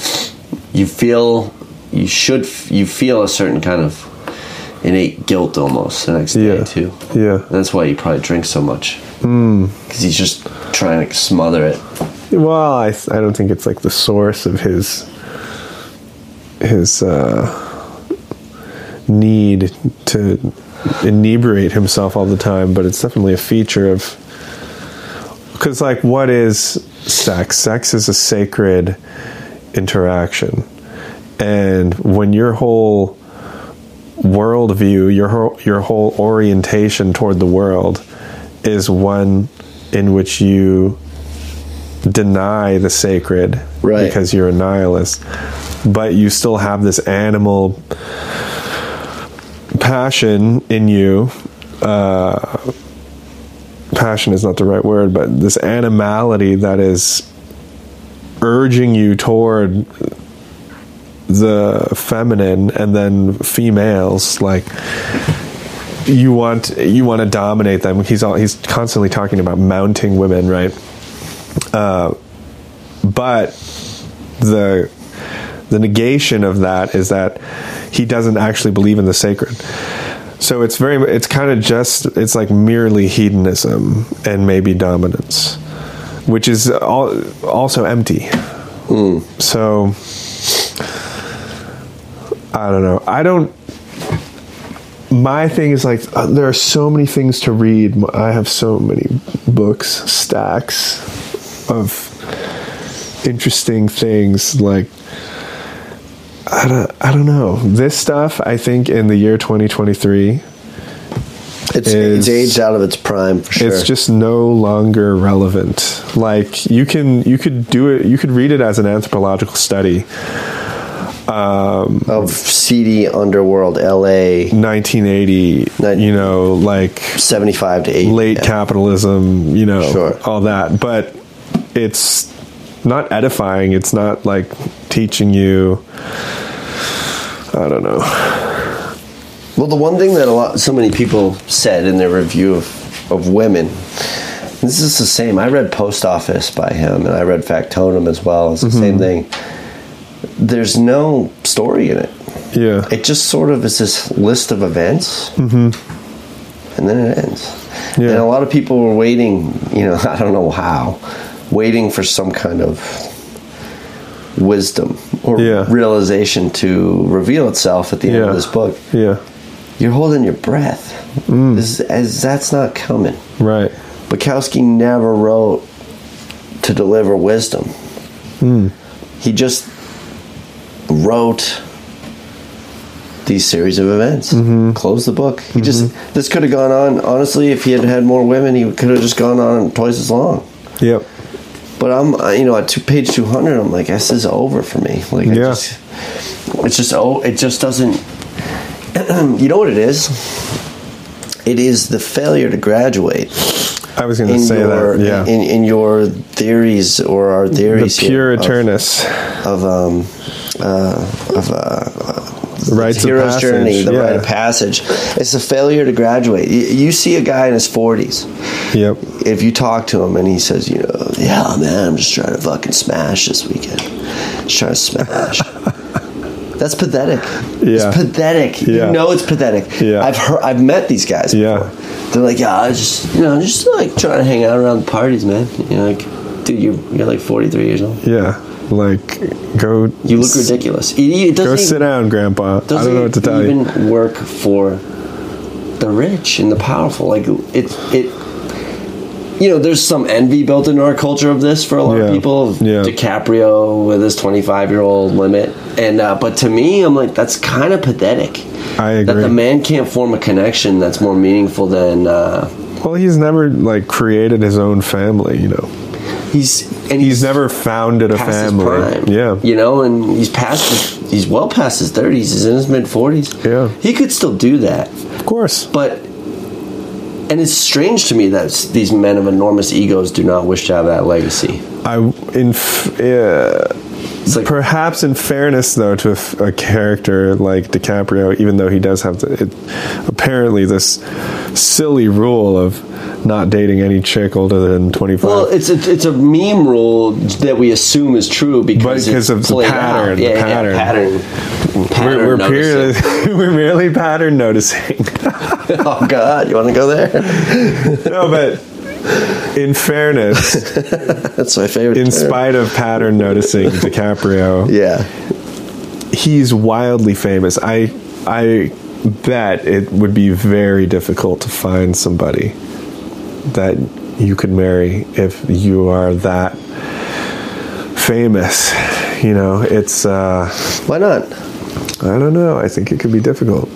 S1: You feel you should f- you feel a certain kind of innate guilt almost the next day
S2: Yeah.
S1: too.
S2: Yeah.
S1: That's why he probably drinks so much.
S2: Hmm.
S1: Because he's just trying to smother it.
S2: Well, I, I don't think it's like the source of his his uh, need to inebriate himself all the time, but it's definitely a feature of because like what is sex? Sex is a sacred interaction, and when your whole worldview, your whole, your whole orientation toward the world is one in which you deny the sacred
S1: Right.
S2: because you're a nihilist, but you still have this animal passion in you. Uh, passion is not the right word, but this animality that is urging you toward the feminine and then females like you want you want to dominate them he's all he's constantly talking about mounting women right Uh, but the the negation of that is that he doesn't actually believe in the sacred so it's very it's kind of just it's like merely hedonism and maybe dominance which is all, also empty so i don't know i don't my thing is like uh, there are so many things to read i have so many books stacks of interesting things like I don't, I don't know this stuff i think in the year 2023
S1: It's,
S2: Is-
S1: it's aged out of its prime for sure.
S2: it's just no longer relevant like you can you could do it you could read it as an anthropological study
S1: of seedy underworld LA
S2: 1980
S1: Nin-
S2: you know like
S1: 75 to 80.
S2: late
S1: Yeah.
S2: capitalism, you know,
S1: Sure.
S2: all that. But it's not edifying. It's not like teaching you. I don't know.
S1: Well, the one thing that a lot, so many people said in their review of, of women, this is the same. I read Post Office by him, and I read Factotum as well.
S2: Mm-hmm.
S1: It's the same thing. There's no story in it.
S2: Yeah,
S1: It just sort of is this list of events, mm-hmm. and then it ends.
S2: Yeah.
S1: And a lot of people were waiting. You know, I don't know how, waiting for some kind of wisdom or
S2: Yeah.
S1: realization to reveal itself at the end
S2: Yeah.
S1: of this book
S2: yeah,
S1: you're holding your breath.
S2: Mm.
S1: This, as that's not coming.
S2: right.
S1: Bukowski never wrote to deliver wisdom. He just wrote these series of events. Close the book. He just this could have gone on. Honestly, if he had had more women, he could have just gone on twice as long.
S2: Yep.
S1: But I'm, I- you know, at two, page two hundred, I'm like, this is over for me. Like, it
S2: Yeah.
S1: just, it's just, oh, it just doesn't. you know what it is? It is the failure to graduate
S2: I was going
S1: in
S2: to say
S1: your
S2: that. Yeah,
S1: in, in your theories or our
S2: the
S1: theories here
S2: pure
S1: of-
S2: eternus.
S1: of um uh, of uh,
S2: rites
S1: it's
S2: of
S1: hero's
S2: passage,
S1: journey, the
S2: yeah.
S1: rite of passage. It's a failure to graduate. You, you see a guy in his forties.
S2: Yep.
S1: If you talk to him and he says, you know, yeah, man, I'm just trying to fucking smash this weekend. Just trying to smash. That's pathetic.
S2: Yeah.
S1: It's pathetic.
S2: Yeah.
S1: You know it's pathetic.
S2: Yeah.
S1: I've heard, I've met these guys.
S2: Yeah.
S1: They're like, yeah, I was just, you know, I'm just like trying to hang out around the parties, man. You know, like, dude, you're, you're like 43 years old.
S2: Yeah. Like, go.
S1: You look ridiculous. It, it doesn't
S2: Go
S1: even-
S2: sit down, Grandpa. I
S1: doesn't
S2: don't know what to tell
S1: even
S2: you.
S1: work for the rich and the powerful. Like it, it. You know, there's some envy built into our culture of this for a lot
S2: Yeah.
S1: of people.
S2: Yeah.
S1: DiCaprio with his 25 year old limit, and uh, but to me, I'm like that's kind of pathetic.
S2: I
S1: That
S2: agree.
S1: the man can't form a connection that's more meaningful than uh,
S2: Well, he's never like created his own family, you know.
S1: he's and
S2: He's never founded a
S1: past
S2: family.
S1: His prime.
S2: Yeah.
S1: You know, and he's past his, he's well past his 30s. He's in his mid 40s.
S2: Yeah.
S1: He could still do that.
S2: Of course.
S1: But and it's strange to me that s- these men of enormous egos do not wish to have that legacy.
S2: I in f- yeah,
S1: It's like
S2: perhaps in fairness though to a, f- a character like DiCaprio, even though he does have to, it, apparently this silly rule of not dating any chick older than twenty five.
S1: well, it's a, it's a meme rule that we assume is true because it's
S2: because of the
S1: played out.
S2: pattern, the
S1: Yeah, yeah,
S2: pattern.
S1: pattern, pattern.
S2: we're, we're,
S1: noticing.
S2: merely, we're merely pattern noticing.
S1: oh God, you want to go there?
S2: no, but in fairness,
S1: That's my favorite.
S2: in
S1: term.
S2: spite of pattern noticing, DiCaprio,
S1: Yeah,
S2: he's wildly famous. I I bet it would be very difficult to find somebody that you could marry if you are that famous. You know, it's uh,
S1: why not?
S2: I don't know. I think it could be difficult.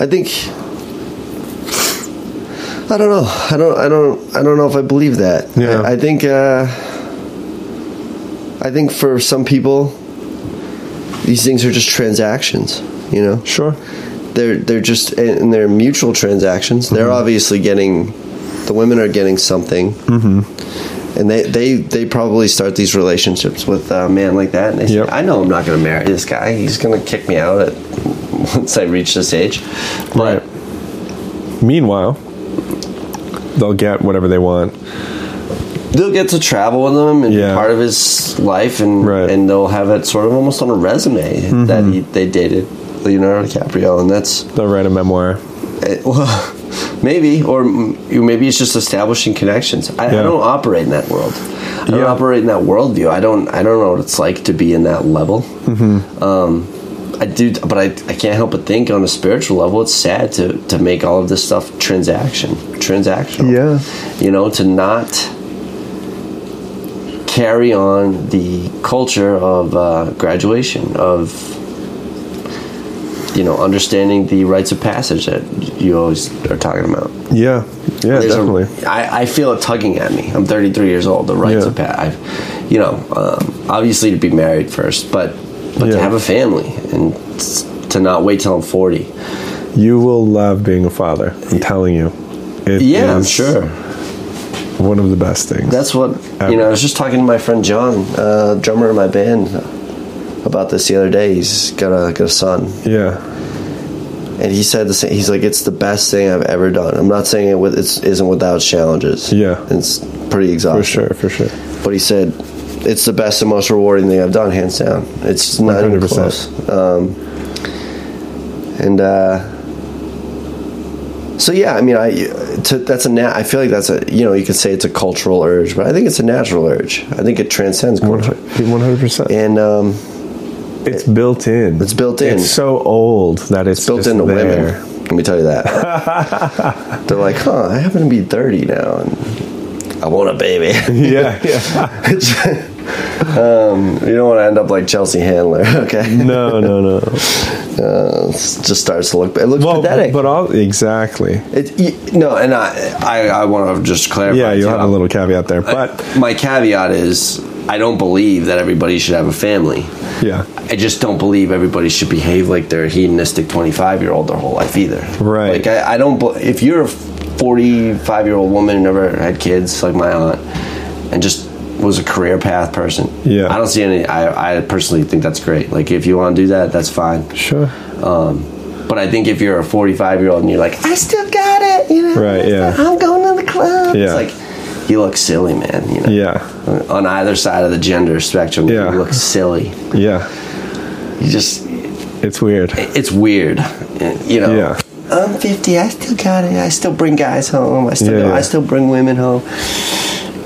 S1: I think I don't know. I don't. I don't. I don't know if I believe that.
S2: Yeah.
S1: I, I think. Uh, I think for some people, these things are just transactions. You know,
S2: Sure.
S1: they're they're just and they're mutual transactions. They're
S2: Mm-hmm.
S1: obviously getting the women are getting something.
S2: Mm-hmm.
S1: And they, they, they probably start these relationships with a man like that, and they say,
S2: Yep.
S1: "I know I'm not going to marry this guy. He's going to kick me out at once I reach this age." But
S2: Meanwhile, they'll get whatever they want.
S1: they'll get to travel with him and
S2: Yeah.
S1: be part of his life, and
S2: Right. Mm-hmm.
S1: and they'll have it sort of almost on a resume that he, they dated Leonardo DiCaprio, and that's
S2: They'll write a memoir.
S1: eh, well, maybe or m- you- maybe it's just establishing connections. I,
S2: Yeah.
S1: I don't operate in that world. I don't
S2: Yeah.
S1: operate in that worldview. I don't. I don't know what it's like to be in that level.
S2: Mm-hmm.
S1: Um, I do, but I, I can't help but think on a spiritual level, it's sad to to make all of this stuff transaction transactional
S2: Yeah.
S1: you know, to not carry on the culture of uh, graduation, of you know, understanding the rites of passage that you always are talking about.
S2: Yeah. Yeah,
S1: There's a-
S2: definitely.
S1: I, I feel it tugging at me. I'm 33 years old. The rites
S2: Yeah.
S1: of passage. I've, you know, um, obviously to be married first, but but
S2: Yeah.
S1: to have a family and s- to not wait till I'm 40.
S2: you will love being a father. I'm telling you. It
S1: Yeah, I'm
S2: is
S1: sure.
S2: One of the best things.
S1: That's what
S2: Um,
S1: you know. I was just talking to my friend John, uh, drummer in my band, about this the other day. He's got a got a son,
S2: yeah.
S1: and he said the same. He's like, "It's the best thing I've ever done." I'm not saying it with it isn't without challenges.
S2: Yeah.
S1: it's pretty exhausting.
S2: For sure, for sure.
S1: But he said, "It's the best and most rewarding thing I've done, hands down. It's not even
S2: 100%.
S1: close." Um, and uh, so, yeah, I mean, I to, that's a nat. I feel like that's a you know you could say it's a cultural urge, but I think it's a natural urge. I think it transcends
S2: Uh-huh.
S1: culture,
S2: 100%.
S1: and um,
S2: it's built in.
S1: It's built in.
S2: It's so old that it's,
S1: built
S2: just
S1: into
S2: there.
S1: women. Let me tell you that they're like, "Huh, I happen to be thirty now, and I want a baby."
S2: Yeah, yeah.
S1: um, you don't want to end up like Chelsea Handler, okay?
S2: No, no, no.
S1: uh, it's- just starts to look. It looks
S2: Well,
S1: pathetic.
S2: but all exactly.
S1: it, y no, and I, I, I want to just clarify.
S2: Yeah, you'll
S1: too.
S2: have a little caveat there, but
S1: I- my caveat is, I don't believe that everybody should have a family.
S2: yeah,
S1: I just don't believe everybody should behave like they're a hedonistic twenty-five-year-old their whole life either.
S2: Right.
S1: Like I, I don't. bel- If you're a forty-five-year-old woman who never had kids, like my aunt, and just was a career path person,
S2: Yeah.
S1: I don't see any. I, I personally think that's great. Like if you want to do that, that's fine.
S2: sure.
S1: Um, but I think if you're a 45 year old and you're like, I still got it, you know,
S2: Right, yeah.
S1: I'm going to the club.
S2: Yeah.
S1: It's like you look silly, man. You know,
S2: Yeah.
S1: on either side of the gender spectrum,
S2: Yeah.
S1: you look silly.
S2: Yeah.
S1: You just,
S2: It's weird.
S1: it's weird, you know.
S2: Yeah.
S1: I'm 50. I still got it. I still bring guys home. I still,
S2: Yeah, yeah.
S1: I still bring women home.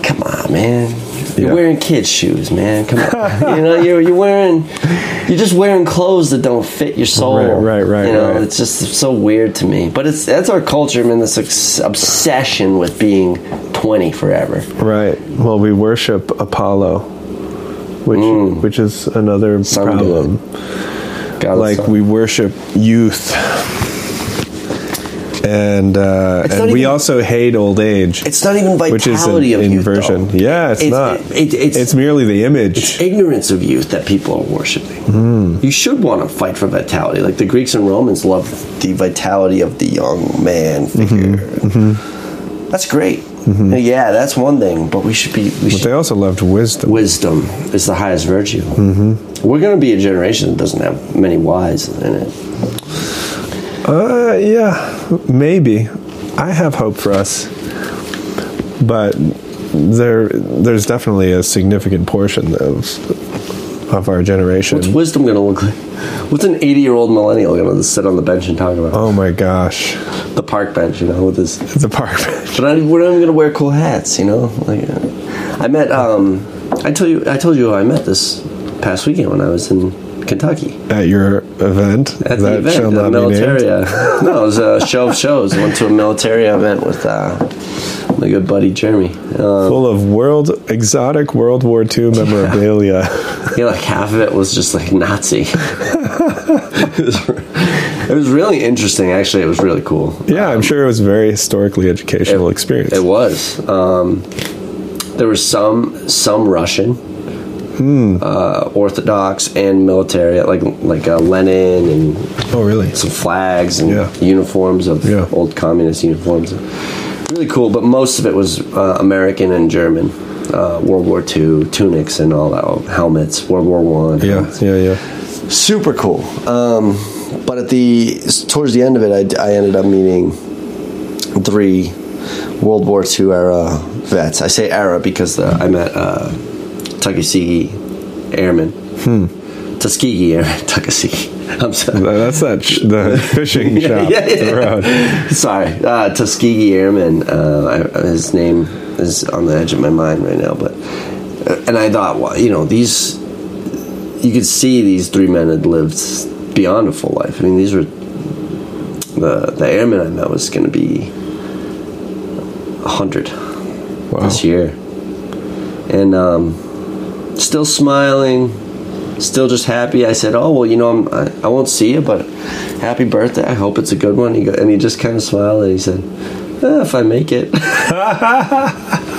S1: Come on, man. You're
S2: Yeah.
S1: wearing kids' shoes, man. Come on. you know, you're you're wearing, you're just wearing clothes that don't fit your soul.
S2: Right, right, right,
S1: You know,
S2: right.
S1: it's just so weird to me. But it's that's our culture, man. This ex- obsession with being 20 forever.
S2: Right. Well, we worship Apollo, which
S1: Mm.
S2: which is another
S1: Sun
S2: problem.
S1: God,
S2: Like we worship youth, and uh,
S1: It's
S2: and
S1: not
S2: we
S1: even-
S2: also hate old age,
S1: it's not even vitality
S2: which is an
S1: of youth,
S2: inversion.
S1: though.
S2: yeah, it's,
S1: It's-
S2: not.
S1: it- it's-
S2: it's, merely the image.
S1: ignorance of youth that people are worshiping. You should want to fight for vitality. Like the Greeks and Romans loved the vitality of the young man figure. That's great. Yeah, that's one thing, but we should be. We
S2: but
S1: should,
S2: they also loved wisdom.
S1: wisdom is the highest virtue. We're going to be a generation that doesn't have many wise in it.
S2: Uh, yeah, maybe. I have hope for us, but there there's definitely a significant portion of of our generation.
S1: What's wisdom going to look like? What's an 80 year old millennial going to sit on the bench and talk about?
S2: Oh my gosh,
S1: The park bench, you know, with his
S2: the park bench.
S1: But I, we're not even gonna wear cool hats, you know. Like, uh, I met. Um, I told you. I told you who I met this past weekend when I was in Kentucky
S2: at your event
S1: at
S2: that
S1: the event,
S2: shall
S1: the
S2: not be
S1: military.
S2: named.
S1: no, it was a show of shows. Went to a military event with uh, my good buddy Jeremy. Uh,
S2: Full of world exotic World War II memorabilia.
S1: yeah, like half of it was just like Nazi. it, was, it was really interesting. Actually, it was really cool.
S2: yeah, I'm sure it was a very historically educational experience.
S1: It was. Um, there was some some Russian,
S2: Hmm.
S1: uh, Orthodox and military, like like uh, Lenin and
S2: oh, really?
S1: some flags and
S2: Yeah.
S1: uniforms of
S2: Yeah.
S1: old communist uniforms. Really cool, but most of it was uh, American and German. Uh, World War II tunics and all that helmets. World War One.
S2: Yeah, yeah, yeah.
S1: super cool. Um, but at the towards the end of it, I, I ended up meeting three World War II era vets. I say era because the, I met uh, Tuckasegee Airman, Tuskegee Airman, Tuckasegee. I'm sorry.
S2: That's that sh- the fishing shop.
S1: Yeah, yeah.
S2: The road.
S1: Sorry, uh, Tuskegee Airman. Uh, I, his name is on the edge of my mind right now, but uh, and I thought, well, you know, these you could see these three men had lived beyond a full life. I mean, these were the the airman I met was going to be a hundred
S2: Wow.
S1: this year, and um, still smiling, still just happy. I said, "Oh well, you know, I'm, I, I won't see you, but happy birthday. I hope it's a good one." He go, and he just kind of smiled and he said, "Eh, "If I make it,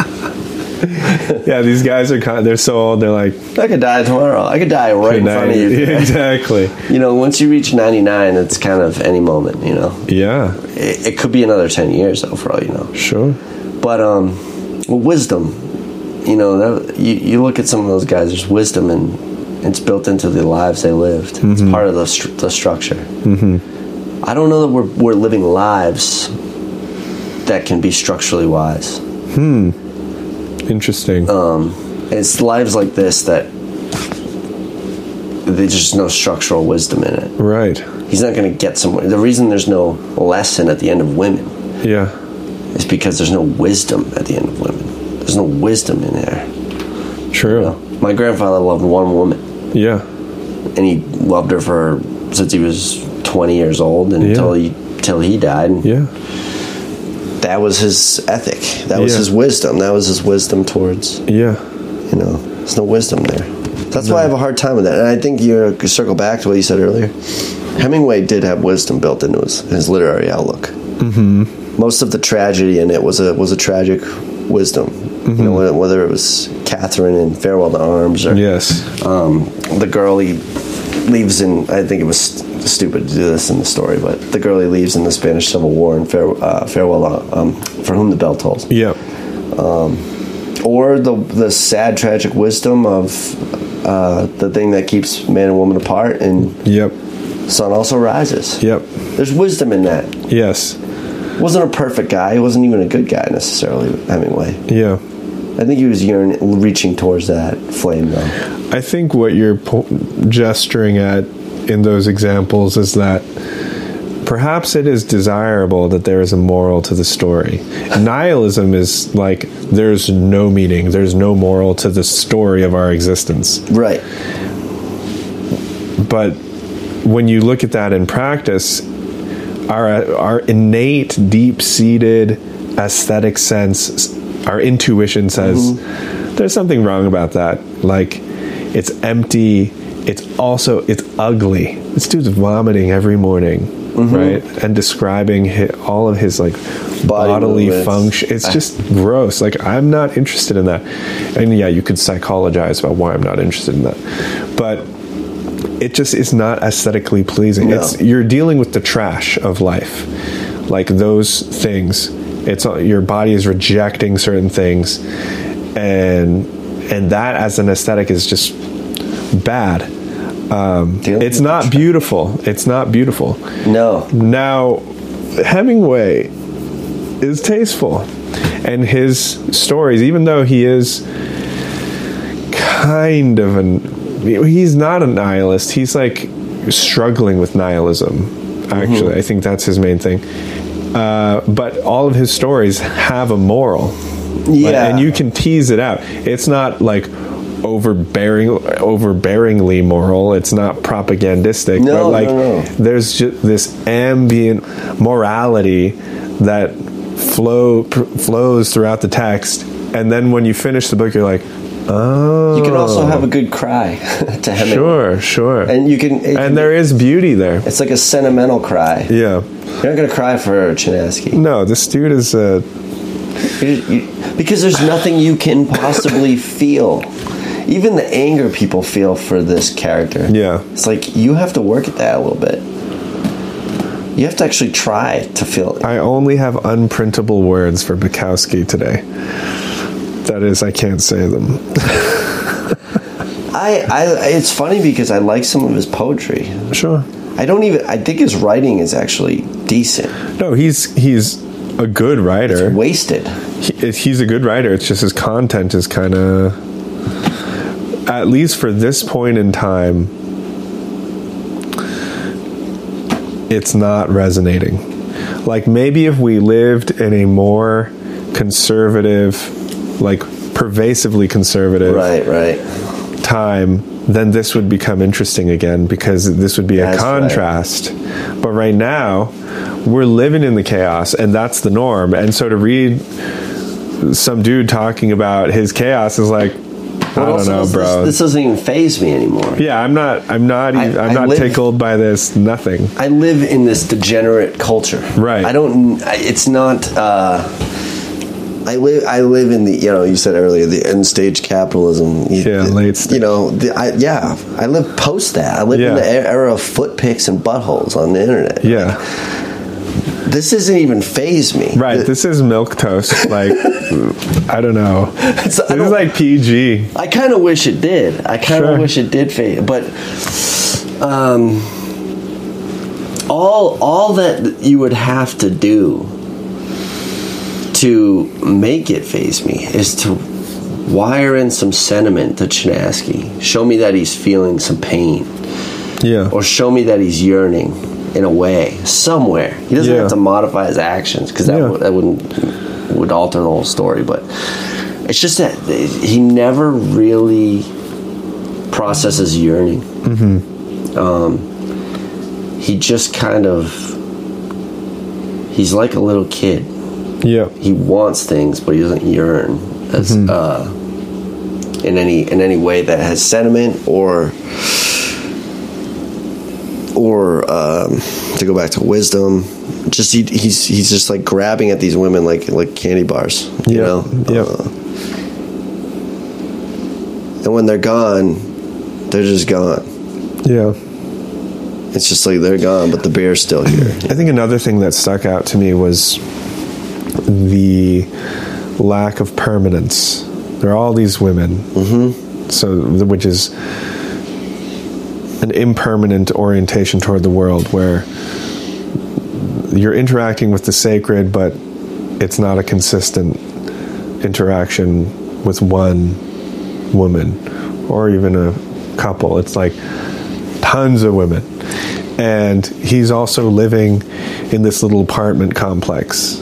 S2: Yeah, these guys are kind. They're so old. They're like
S1: I could die tomorrow. I could die right in front of you."
S2: Yeah, exactly.
S1: You know, once you reach 99, it's kind of any moment. You know,
S2: Yeah,
S1: it, it could be another 10 years though, for all you know.
S2: sure.
S1: But um, wisdom, you know, that, you, you look at some of those guys. There's wisdom, and it's built into the lives they lived. It's part of the, stru- the structure. Mm-hmm. I don't know that we're we're living lives that can be structurally wise. Um,
S2: Interesting.
S1: Uh, It's lives like this that there's just no structural wisdom in it.
S2: right.
S1: He's not going to get somewhere. The reason there's no lesson at the end of women
S2: Yeah.
S1: is because there's no wisdom at the end of women. There's no wisdom in there.
S2: True.
S1: No. My grandfather loved one woman,
S2: Yeah.
S1: and he loved her for since he was 20 years old and
S2: Yeah.
S1: until he till he died.
S2: Yeah.
S1: That was his ethic. That was
S2: Yeah.
S1: his wisdom. That was his wisdom towards
S2: Yeah.
S1: you know. There's no wisdom there. That's why I have a hard time with that. And I think you circle back to what you said earlier. Hemingway did have wisdom built into his, his literary outlook. Mm-hmm. Most of the tragedy in it was a was a tragic wisdom. You know,
S2: Mm-hmm.
S1: whether- whether it was Catherine in Farewell to Arms or
S2: Yes.
S1: um, the girl he leaves in. I think it was st- stupid to do this in the story, but the girl he leaves in the Spanish Civil War and fare, uh, farewell uh, um, for whom the bell tolls,
S2: Yeah.
S1: or the the sad tragic wisdom of uh, the thing that keeps man and woman apart and
S2: Yep.
S1: sun also rises.
S2: Yep.
S1: There's wisdom in that.
S2: Yes.
S1: Wasn't a perfect guy. He wasn't even a good guy necessarily. Hemingway.
S2: Yeah.
S1: I think he was yearn- reaching towards that flame though.
S2: I think what you're po- gesturing at in those examples is that perhaps it is desirable that there is a moral to the story. Nihilism is like there's no meaning, there's no moral to the story of our existence.
S1: Right.
S2: But when you look at that in practice, our our innate, deep-seated aesthetic sense, our intuition says
S1: Mm-hmm.
S2: there's something wrong about that. Like it's empty. It's also it's ugly. This dude's vomiting every morning,
S1: Mm-hmm.
S2: right? And describing hi all of his like
S1: Body
S2: bodily
S1: movements.
S2: function. It's just gross. Like I'm not interested in that. And yeah, you could psychologize about why I'm not interested in that, but it just is not aesthetically pleasing.
S1: No.
S2: It's you're dealing with the trash of life, like those things. It's your body is rejecting certain things, and and that as an aesthetic is just bad. Um,
S1: Dealing
S2: it's
S1: with
S2: not beautiful. It's not beautiful.
S1: No.
S2: Now, Hemingway is tasteful, and his stories, even though he is kind of an, he's not a nihilist. He's like struggling with nihilism. Actually,
S1: Mm-hmm.
S2: I think that's his main thing. Uh, but all of his stories have a moral, Like,
S1: Yeah.
S2: and you can tease it out. It's not like overbearing, overbearingly moral. It's not propagandistic.
S1: No,
S2: but like
S1: no, no.
S2: there's just this ambient morality that flow pr- flows throughout the text, and then when you finish the book, you're like, oh,
S1: You can also have a good cry to Hemingway.
S2: sure, sure,
S1: And you can. It,
S2: and there is beauty there.
S1: it's like a sentimental cry.
S2: Yeah,
S1: You're not gonna cry for Chinaski
S2: no, this dude is uh, a
S1: You- you- because there's nothing you can possibly feel. Even the anger people feel for this character.
S2: yeah.
S1: It's like you have to work at that a little bit. You have to actually try to feel it.
S2: I only have unprintable words for Bukowski today. That is, I can't say them.
S1: I, I it's funny because I like some of his poetry.
S2: Sure.
S1: I don't even I think his writing is actually decent.
S2: No, he's he's a good writer.
S1: Wasted.
S2: he, he's a good writer. It's just his content is kind of, at least for this point in time, it's not resonating. Like maybe if we lived in a more conservative, like pervasively conservative
S1: Right, right.
S2: time, then this would become interesting again because this would be a
S1: That's right.
S2: contrast. But right now, we're living in the chaos, and that's the norm. And so to read some dude talking about his chaos is like, I
S1: But
S2: don't
S1: also,
S2: know,
S1: this-
S2: bro.
S1: This, doesn't even phase me anymore.
S2: yeah, I'm not. I'm not.
S1: I-
S2: even, I'm
S1: I
S2: not
S1: live-
S2: tickled by this. Nothing.
S1: I live in this degenerate culture.
S2: Right.
S1: I don't. I- It's not. Uh, I live. I live in the. You know, you said earlier the end stage capitalism. You-
S2: Yeah,
S1: the-
S2: late stage.
S1: You know. The, I, yeah, I live post that. I live
S2: Yeah.
S1: in the e- era of foot picks and buttholes on the internet.
S2: Yeah,
S1: This isn't even phase me.
S2: right.
S1: The-
S2: This is milk toast. Like, I don't know.
S1: It's-
S2: This
S1: I
S2: is
S1: don't-
S2: like PG.
S1: I kind of wish it did. I kind of
S2: Sure.
S1: wish it did fade, but um, all all that you would have to do to make it phase me is to wire in some sentiment to Chinaski. Show me that he's feeling some pain,
S2: Yeah.
S1: or show me that he's yearning in a way somewhere. He doesn't
S2: Yeah.
S1: have to modify his actions because that
S2: Yeah.
S1: would that wouldn't would alter the whole story. But it's just that he never really processes yearning. Mm-hmm. Um, he just kind of he's like a little kid.
S2: Yeah.
S1: He wants things, but he doesn't yearn as
S2: Mm-hmm.
S1: uh, in any in any way that has sentiment or or um, to go back to wisdom. Just he, he's he's just like grabbing at these women like like candy bars, you
S2: Yeah,
S1: know. Uh,
S2: yeah.
S1: and when they're gone, they're just gone.
S2: Yeah.
S1: It's just like they're gone, but the beer's still here.
S2: I think another thing that stuck out to me was the lack of permanence. There are all these women, mm-hmm. so which is an impermanent orientation toward the world where you're interacting with the sacred, but it's not a consistent interaction with one woman or even a couple. It's like tons of women. And he's also living in this little apartment complex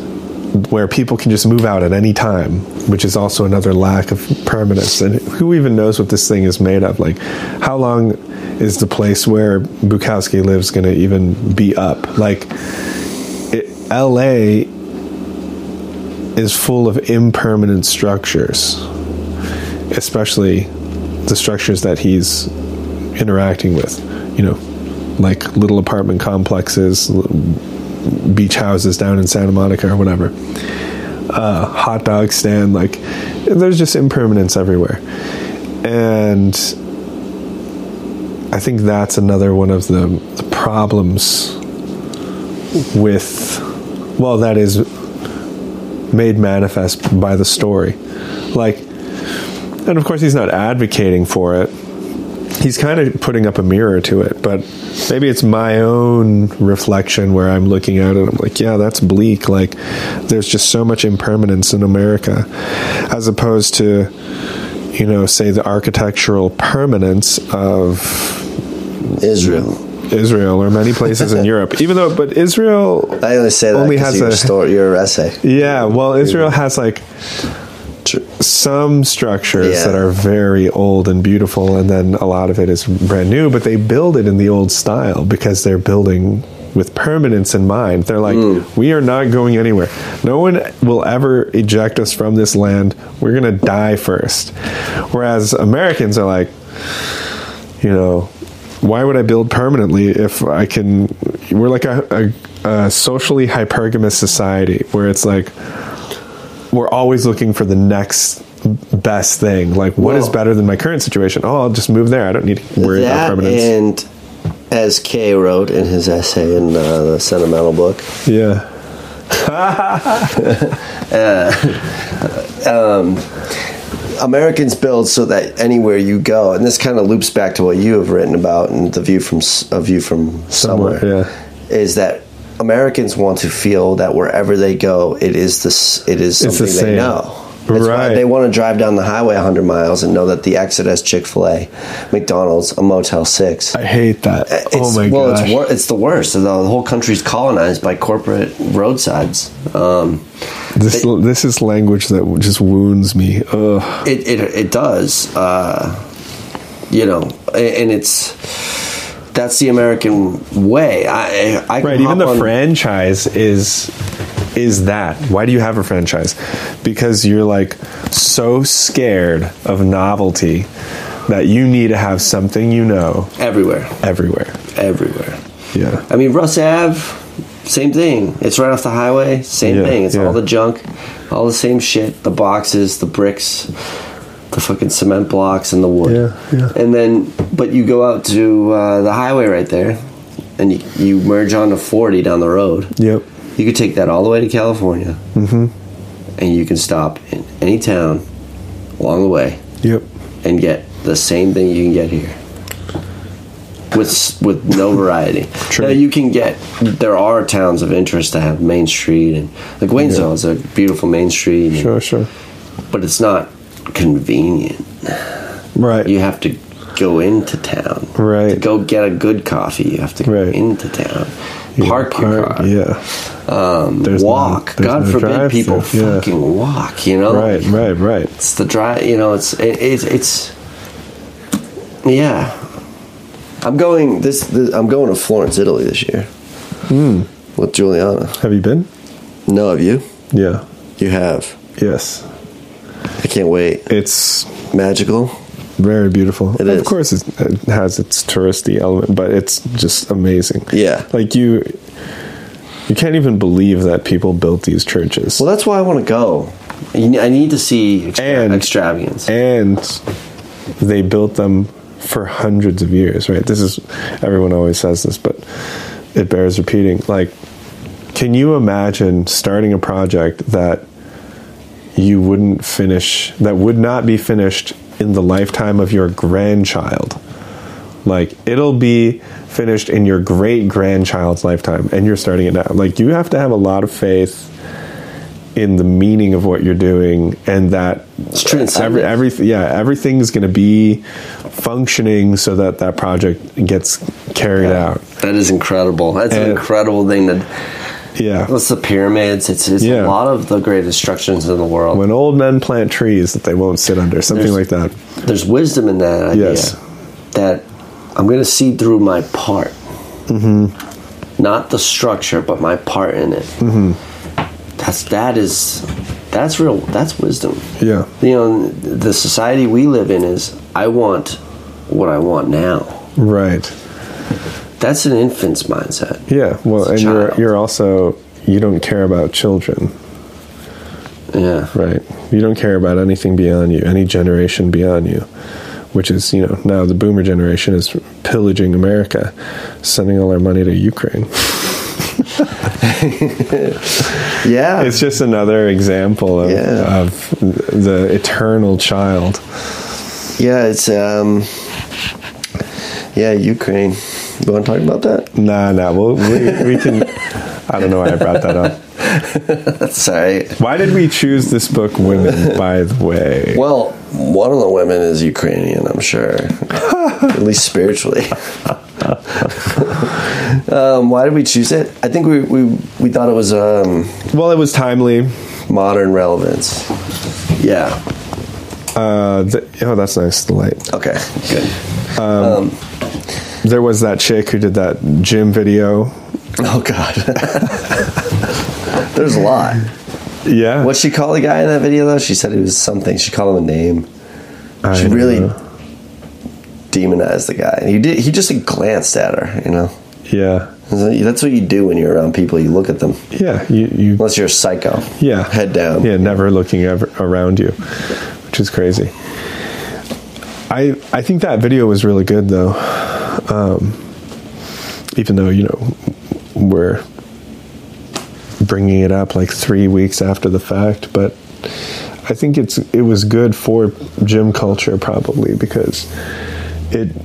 S2: where people can just move out at any time, which is also another lack of permanence. And who even knows what this thing is made of? Like, how long is the place where Bukowski lives going to even be up? Like, it, LA is full of impermanent structures, especially the structures that he's interacting with, you know, like little apartment complexes, beach houses down in Santa Monica or whatever. Uh, hot dog stand, like there's just impermanence everywhere, and I think that's another one of the, the problems with, well, that is made manifest by the story, like, and of course he's not advocating for it. He's kind of putting up a mirror to it, but maybe it's my own reflection where I'm looking at it. I'm like, yeah, that's bleak. Like, there's just so much impermanence in America, as opposed to, you know, say the architectural permanence of
S1: Israel.
S2: Israel or many places in Europe. Even though, but Israel,
S1: I only say that only
S2: Only has
S1: has your
S2: a-
S1: story, your essay.
S2: yeah, well, Israel has like some structures
S1: Yeah.
S2: that are very old and beautiful, and then a lot of it is brand new, but they build it in the old style because they're building with permanence in mind. They're like, we are not going anywhere. No one will ever eject us from this land. We're going to die first. Whereas Americans are like, you know, why would I build permanently if I can? We're like a, a, a socially hypergamous society where it's like we're always looking for the next best thing. Like, what is
S1: Well-
S2: better than my current situation? Oh, I'll just move there. I don't need to worry about
S1: That
S2: permanence.
S1: and as Kay wrote in his essay in uh, the Sentimental book,
S2: yeah.
S1: Americans build so that anywhere you go, and this kind of loops back to what you have written about and the view from s- a view from somewhere,
S2: Somewhere,
S1: is that Americans want to feel that wherever they go, it is this, it is
S2: It's
S1: something
S2: the
S1: they
S2: same.
S1: know. That's why
S2: Right.
S1: they want to drive down the highway 100 miles and know that the exit has Chick Fil A, McDonald's, a Motel Six.
S2: I hate that.
S1: Uh, It's,
S2: oh my
S1: well,
S2: gosh.
S1: it's wor- it's the worst. The whole country's colonized by corporate roadsides. Um,
S2: this, this is language that just wounds me. Ugh.
S1: it, it it does. Uh, you know, a- and it's that's the American way. I, I I can
S2: right even
S1: hop
S2: the
S1: on-
S2: franchise is is that why do you have a franchise because you're like so scared of novelty that you need to have something you know
S1: everywhere,
S2: everywhere
S1: everywhere.
S2: yeah
S1: I mean, Russ Ave, same thing. It's right off the highway. Same
S2: Yeah,
S1: thing. It's
S2: yeah.
S1: all the junk, all the same shit. The boxes, the bricks, the fucking cement blocks, and the wood.
S2: Yeah, yeah.
S1: And then, but you go out to uh, the highway right there, and you, you merge onto forty down the road.
S2: yep
S1: You could take that all the way to California,
S2: Mm-hmm.
S1: and you can stop in any town along the way
S2: yep
S1: and get the same thing you can get here with s- with no variety.
S2: True.
S1: Now you can get there are towns of interest that have Main Street and like Waynesville is a beautiful Main Street, and-
S2: sure sure
S1: but it's not convenient.
S2: right
S1: You have to go into town,
S2: Eh. Right.
S1: To go get a good coffee, you have to go
S2: Right.
S1: into town,
S2: You
S1: park your
S2: park-
S1: car,
S2: yeah
S1: um,
S2: There's no-
S1: walk.
S2: there's
S1: God
S2: no
S1: forbid
S2: drive-through,
S1: people
S2: yeah.
S1: fucking walk. You know,
S2: right right right
S1: it's the dry you know it's it, it's it's yeah i'm going this, this i'm going to florence italy this year
S2: Hmm.
S1: with juliana
S2: have you been
S1: no have you
S2: yeah
S1: you have
S2: yes
S1: i can't wait
S2: it's
S1: magical
S2: very beautiful
S1: It
S2: of
S1: is.
S2: course it's, it has its touristy element but it's just amazing
S1: yeah
S2: like you you can't even believe that people built these churches
S1: well that's why i want to go You ne- i need to see extra-
S2: And-
S1: extravagance
S2: and they built them for hundreds of years right this is everyone always says this but it bears repeating like can you imagine starting a project that you wouldn't finish that would not be finished in the lifetime of your grandchild Like it'll be finished in your great grandchild's lifetime, and you're starting it now. Like you have to have a lot of faith in the meaning of what you're doing, and that
S1: It's transcendent.
S2: every, every yeah everything's going to be functioning so that that project gets carried out.
S1: That is incredible. That's an
S2: And-
S1: incredible thing to.
S2: Yeah.
S1: What's the pyramids? It's, it's
S2: Yeah.
S1: a lot of the great instructions in the world.
S2: when old men plant trees that they won't sit under, something
S1: There's-
S2: like that.
S1: There's wisdom in that idea.
S2: Yes.
S1: That I'm going to see through my part. Mm-hmm. Not the structure, but my part in it. Mm-hmm. That's that is that's real. That's wisdom.
S2: Yeah,
S1: You know, the society we live in is I want what I want now.
S2: right.
S1: That's an infant's mindset.
S2: Yeah, well, and
S1: It's a
S2: you're
S1: child.
S2: you're also you don't care about children,
S1: Yeah.
S2: right? You don't care about anything beyond you, any generation beyond you, which is you know now the boomer generation is pillaging America, sending all our money to Ukraine.
S1: Yeah.
S2: It's just another example of,
S1: Yeah.
S2: of the eternal child.
S1: yeah. It's um. Yeah, Ukraine. You want to talk about that?
S2: Nah, nah, we'll, we we can. I don't know why I brought that up.
S1: That's all right.
S2: Why did we choose this book, Women? By the way,
S1: Well, one of the women is Ukrainian, I'm sure, at least spiritually. um, why did we choose it? I think we we, we thought it was um,
S2: well, it was timely.
S1: modern relevance. Yeah.
S2: Uh, the, oh, that's nice. The light.
S1: Okay. Good.
S2: There was that chick who did that gym video.
S1: Oh God. There's a lot.
S2: Yeah.
S1: What she call the guy in that video though? She said he was something. She called him a name.
S2: I
S1: She really
S2: know.
S1: demonized the guy. He did. He just glanced at her. You know.
S2: Yeah.
S1: That's what you do when you're around people. You look at them.
S2: Yeah. You. you
S1: Unless you're a psycho.
S2: yeah.
S1: Head down.
S2: Yeah. Never looking ever around you, which is crazy. I I think that video was really good though. Um, even though you know we're bringing it up like three weeks after the fact, but I think it's it was good for gym culture probably because it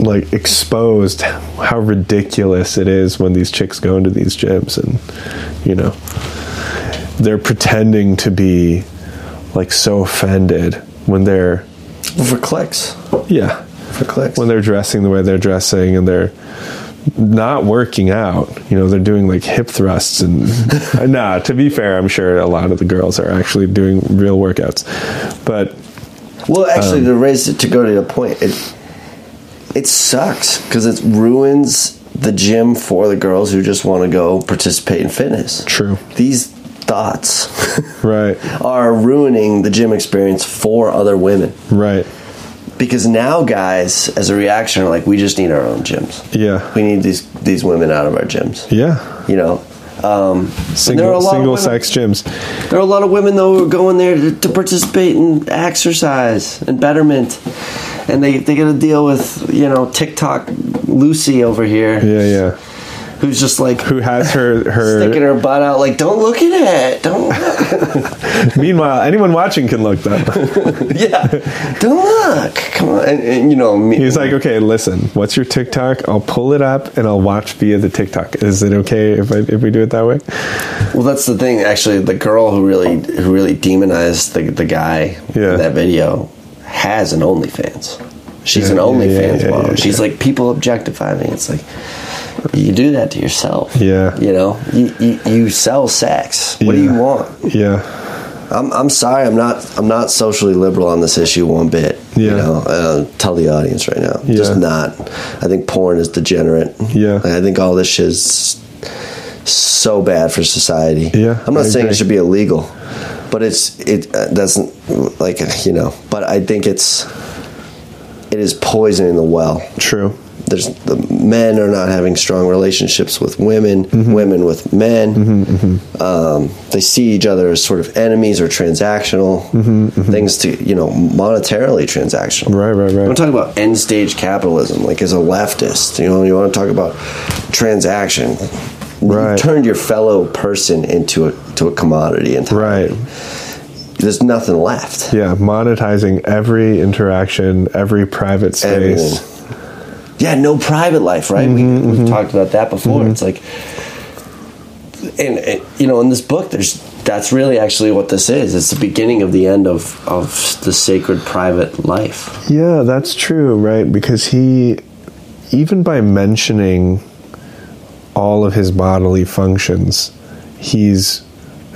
S2: like exposed how ridiculous it is when these chicks go into these gyms and you know they're pretending to be like so offended when they're
S1: For clicks.
S2: yeah
S1: For clicks.
S2: when they're dressing the way they're dressing and they're not working out you know they're doing like hip thrusts and nah to be fair i'm sure a lot of the girls are actually doing real workouts but
S1: well, actually,
S2: um,
S1: to raise it to go to the point, it it sucks because it ruins the gym for the girls who just want to go participate in fitness.
S2: True.
S1: These thoughts
S2: right
S1: are ruining the gym experience for other women
S2: right
S1: because now guys, as a reaction, are like, we just need our own gyms.
S2: yeah
S1: We need these these women out of our gyms.
S2: yeah
S1: You know. Um, and there are a lot
S2: single
S1: of
S2: single
S1: women-
S2: sex gyms
S1: There are a lot of women though who are going there to, to participate in exercise and betterment, and they they got to deal with you know TikTok Lucy over here,
S2: yeah yeah
S1: who's just like
S2: who has her her
S1: sticking her butt out, like don't look at it, don't, look.
S2: meanwhile anyone watching can look that
S1: yeah, don't look. Come on, and, and, you know me,
S2: he's like okay listen what's your tiktok i'll pull it up and i'll watch via the tiktok is it okay if, I, if we do it that way
S1: Well, that's the thing. Actually, the girl who really who really demonized the the guy
S2: Yeah.
S1: in that video has an OnlyFans. She's
S2: Yeah,
S1: an
S2: yeah,
S1: OnlyFans
S2: yeah, yeah,
S1: model.
S2: yeah,
S1: She's like people objectify me. It's like you do that to yourself.
S2: Yeah.
S1: you know, you you, you sell sex. What do
S2: Yeah.
S1: you want?
S2: yeah
S1: I'm I'm sorry. I'm not I'm not socially liberal on this issue one bit.
S2: Yeah.
S1: You know, uh, tell the audience right now. Just
S2: Yeah.
S1: not. I think porn is degenerate.
S2: Yeah.
S1: Like, I think all this shit is so bad for society.
S2: Yeah,
S1: I'm not
S2: I
S1: saying it
S2: agree.
S1: should be illegal, but it's it uh, doesn't like you know. But I think it's it is poisoning the well.
S2: true
S1: There's the men are not having strong relationships with women,
S2: Mm-hmm.
S1: women with men. Um, they see each other as sort of enemies or transactional things to you know monetarily transactional.
S2: Mm-hmm, Right, right, right.
S1: I'm talking about end stage capitalism, like as a leftist. You know, you want to talk about transaction.
S2: Right.
S1: You turned your fellow person into a to a commodity, and
S2: right
S1: there's nothing left.
S2: yeah monetizing every interaction every private space
S1: Everything. yeah, no private life, right? we, we've talked about that before. It's like, and, and you know, in this book, there's that's really actually what this is. It's the beginning of the end of of the sacred private life.
S2: Yeah, that's true, right? Because he, even by mentioning all of his bodily functions, he's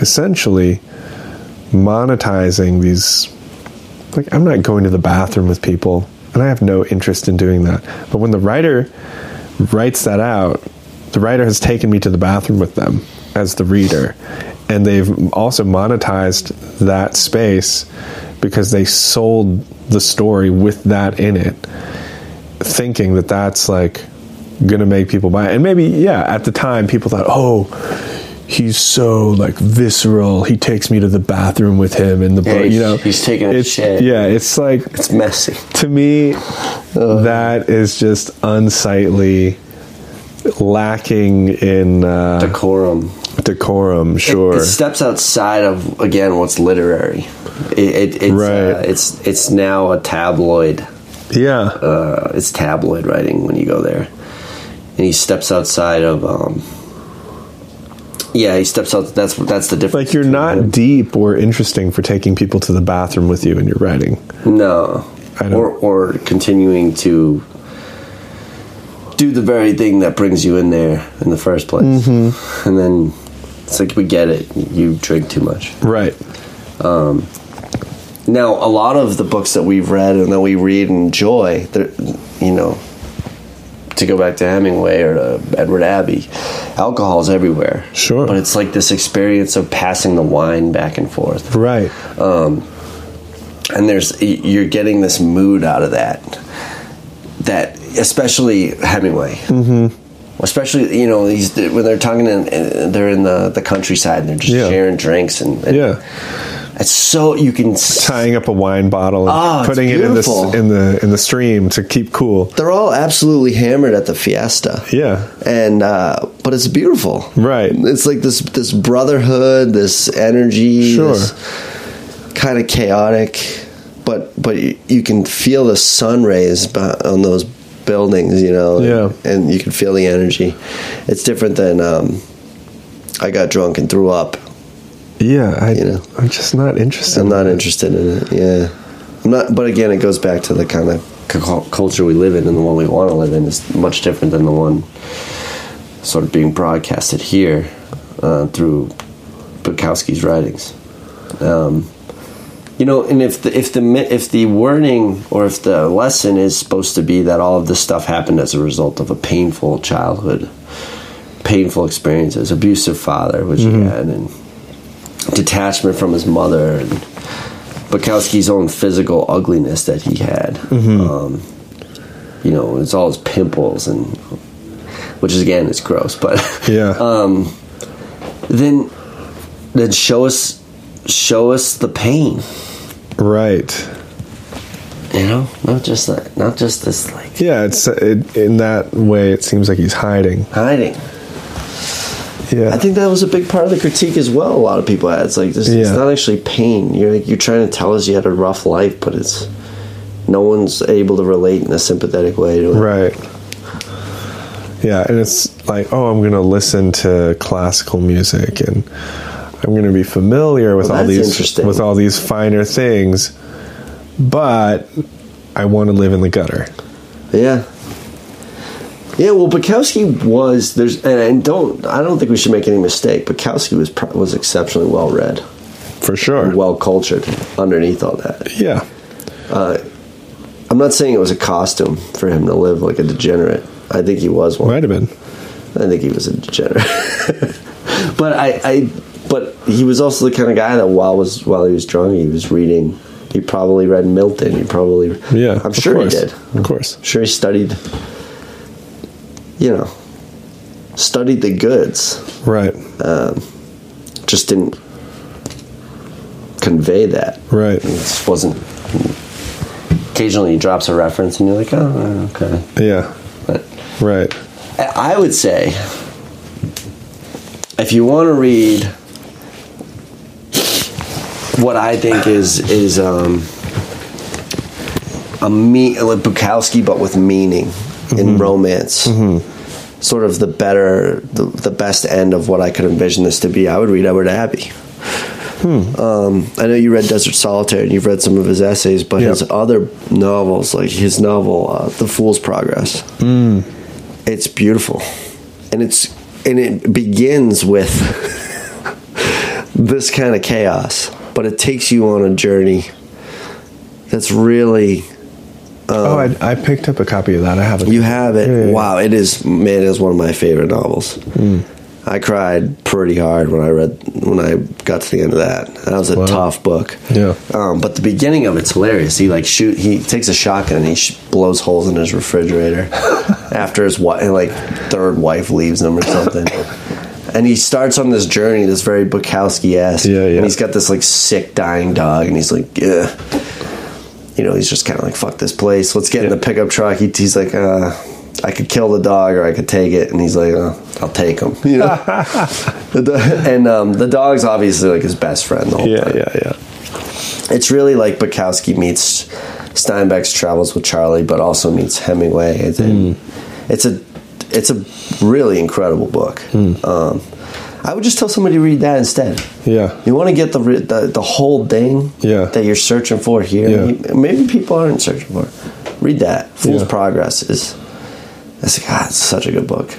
S2: essentially monetizing these. Like, I'm not going to the bathroom with people, and I have no interest in doing that. But when the writer writes that out, the writer has taken me to the bathroom with them as the reader. And they've also monetized that space because they sold the story with that in it, thinking that that's like going to make people buy it. And maybe, yeah, at the time, people thought, oh, he's so like visceral. He takes me to the bathroom with him in the book,
S1: he's-
S2: you know.
S1: he's taking a
S2: it's,
S1: shit.
S2: Yeah, it's like
S1: It's messy.
S2: to me,
S1: Uh.
S2: that is just unsightly, lacking in uh,
S1: Decorum.
S2: decorum. Sure,
S1: It steps outside of again what's literary. It, it, it's, uh,
S2: Right.
S1: it's it's now a tabloid.
S2: yeah,
S1: Uh, it's tabloid writing when you go there, and he steps outside of. Um, yeah, he steps out. That's that's the difference.
S2: like you're not deep or interesting for taking people to the bathroom with you in your writing.
S1: No.
S2: I don't-
S1: Or or continuing to do the very thing that brings you in there in the first place,
S2: Mm-hmm.
S1: and then it's like we get it. You drink too much.
S2: Right.
S1: Now, a lot of the books that we've read and that we read and enjoy, they're- you know, to go back to Hemingway or to Edward Abbey, alcohol's everywhere.
S2: Sure.
S1: But it's like this experience of passing the wine back and forth.
S2: Right.
S1: and there's you're getting this mood out of that that especially hemingway mm-hmm. especially you know these when they're talking in, they're in the, the countryside and they're just
S2: Yeah.
S1: sharing drinks and, and
S2: Yeah.
S1: it's so you can s-
S2: Tying up a wine bottle and
S1: Oh, it's
S2: putting it in the s-
S1: beautiful.
S2: in the in the stream to keep cool.
S1: they're all absolutely hammered at the fiesta
S2: Yeah.
S1: and uh, but it's beautiful
S2: Right.
S1: it's like this this brotherhood this energy
S2: Sure.
S1: kind of chaotic but but you, you can feel the sun rays beh- on those buildings you know
S2: Yeah.
S1: and you can feel the energy it's different than um, i got drunk and threw up
S2: Yeah. I,
S1: You know.
S2: I'm just not interested.
S1: i'm not interested in it yeah i'm not but again it goes back to the kind of cu- culture we live in and the one we want to live in is much different than the one sort of being broadcasted here uh, through Bukowski's writings. Um, you know, and if the if the mi- if the wording or if the lesson is supposed to be that all of this stuff happened as a result of a painful childhood, painful experiences, abusive father, which he had, and detachment from his mother, and Bukowski's own physical ugliness that he had. Um, you know, it's all his pimples and which is again is gross, but um,
S2: Yeah.
S1: then then show us show us the pain,
S2: right.
S1: you know, not just that, not just this like
S2: Yeah. It's it, in that way. It seems like he's hiding.
S1: hiding.
S2: Yeah.
S1: I think that was a big part of the critique as well. A lot of people had it's like this, it's
S2: Yeah.
S1: not actually pain. You're like you're trying to tell us you had a rough life, but it's no one's able to relate in a sympathetic way to it.
S2: Right. Yeah, and it's like, oh, I'm going to listen to classical music and I'm going to be familiar with
S1: Well,
S2: all
S1: that's
S2: these
S1: interesting.
S2: with all these finer things, but I want to live in the gutter.
S1: Yeah. Yeah, well, Bukowski was there's and, and don't I don't think we should make any mistake. Bukowski was pro- was exceptionally well read,
S2: For sure.
S1: well cultured. Underneath all that,
S2: yeah.
S1: I'm not saying it was a costume for him to live like a degenerate. I think he was one.
S2: Might have been.
S1: I think he was a degenerate. but I, I, but he was also the kind of guy that while was while he was drunk, he was reading. He probably read Milton. He probably
S2: Yeah.
S1: I'm
S2: of
S1: sure he
S2: course.
S1: did.
S2: Of course.
S1: I'm sure he studied. You know, studied the goods.
S2: Right.
S1: Just didn't convey that.
S2: Right.
S1: It just wasn't. Occasionally, he drops a reference, and you're like, oh, okay.
S2: Yeah.
S1: But
S2: Right.
S1: I I would say, if you want to read what I think is is um, a me like Bukowski, but with meaning, in romance. Sort of the better, the, the best end of what I could envision this to be. I would read Edward Abbey. Um, I know you read Desert Solitaire and you've read some of his essays, but
S2: Yep.
S1: his other novels, like his novel uh, The Fool's Progress, it's beautiful, and it's and it begins with this kind of chaos, but it takes you on a journey that's really
S2: oh, I, I picked up a copy of that. I haven't.
S1: Um, you have it.
S2: Yeah, Hmm. yeah, yeah.
S1: Wow, it is man, it is one of my favorite novels. I cried pretty hard when I read when I got to the end of that. That was a tough book.
S2: Yeah.
S1: Um, but the beginning of it's hilarious. He like shoot. He takes a shotgun and he sh- blows holes in his refrigerator after his wife, like third wife leaves him or something. And he starts on this journey, this very Bukowski esque.
S2: Yeah, yeah.
S1: And he's got this like sick dying dog, and he's like, yeah you know, he's just kind of like, fuck this place. Let's get in the pickup truck. He, he's like, uh, I could kill the dog or I could take it. And he's like, uh, I'll take him. You know? The do- and um, the dog's obviously like his best friend the whole
S2: Yeah,
S1: time.
S2: yeah, yeah.
S1: It's really like Bukowski meets Steinbeck's Travels with Charlie, but also meets Hemingway. It's,
S2: Hmm.
S1: it's a it's a really incredible book.
S2: Hmm.
S1: Um, I would just tell somebody to read that instead.
S2: Yeah.
S1: You want to get the, re- the the whole thing
S2: Yeah.
S1: that you're searching for here.
S2: Yeah.
S1: You- Maybe people aren't searching for. it. Read that. Fool's
S2: Yeah.
S1: Progress is that's God, it's such a good book.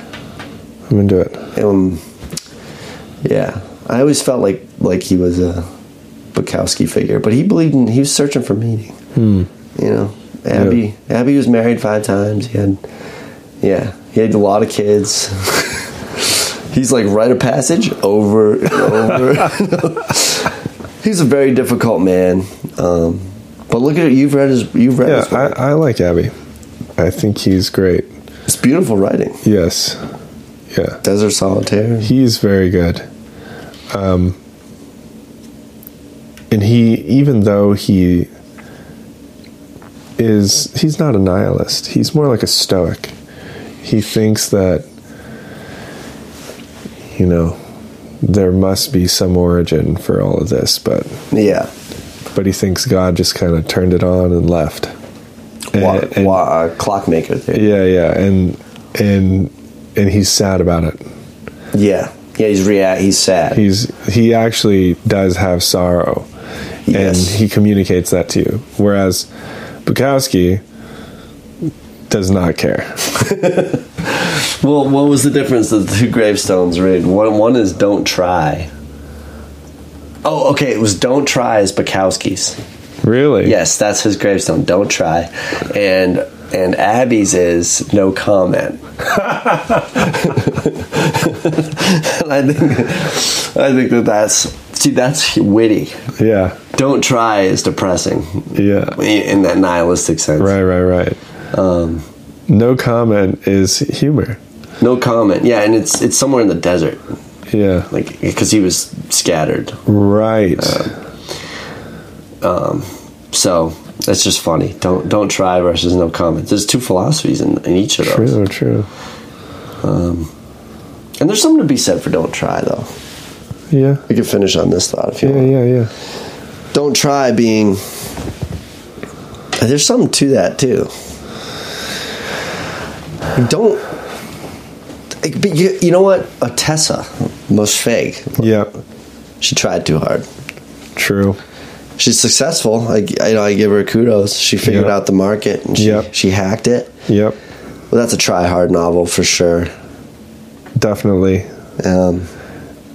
S2: I'm going to do it.
S1: Um, yeah, I always felt like like he was a Bukowski figure, but he believed in he was searching for meaning.
S2: Hmm.
S1: You know, Abby Abby was married five times. He had yeah, he had a lot of kids. He's like rite of passage over and over. He's a very difficult man. Um, but look at it. You've read his. You've read
S2: Yeah,
S1: his. work.
S2: I, I like Abby. I think he's great.
S1: it's beautiful writing.
S2: Yes. Yeah.
S1: Desert Solitaire.
S2: He's very good. Um, and he, even though he is, he's not a nihilist. He's more like a stoic. He thinks that, you know, there must be some origin for all of this, but
S1: Yeah.
S2: but he thinks God just kind of turned it on and left.
S1: Wa-
S2: And- and-
S1: wa- uh, clockmaker theory.
S2: yeah, yeah, and and and he's sad about it.
S1: Yeah, yeah, he's react. He's sad.
S2: he's he actually does have sorrow
S1: Yes.
S2: and he communicates that to you whereas bukowski does not care
S1: well, what was the difference of the two gravestones read? One, one is "Don't try." Oh, okay. It was "Don't try" is Bukowski's.
S2: really
S1: Yes, that's his gravestone. Don't try, and and Abby's is no comment. And I think I think that that's see that's witty.
S2: yeah
S1: Don't try is depressing
S2: yeah
S1: in that nihilistic sense.
S2: right right right
S1: Um,
S2: no comment is humor
S1: no comment. Yeah, and it's it's somewhere in the desert.
S2: yeah
S1: like because he was scattered.
S2: right
S1: So that's just funny. Don't don't try versus no comment. There's two philosophies in, in each of those,
S2: true true
S1: and there's something to be said for don't try though.
S2: yeah
S1: We can finish on this thought if you
S2: yeah
S1: want.
S2: yeah yeah
S1: Don't try being. There's something to that too. Like, Don't. like, But you, you know what? A Tessa, most fake.
S2: yeah
S1: She tried too hard.
S2: true
S1: she's successful. I, I, you know, I give her kudos. She figured
S2: Yeah.
S1: out the market and she,
S2: Yeah.
S1: she hacked it.
S2: yep
S1: Well, that's a try hard novel for sure.
S2: definitely
S1: Um,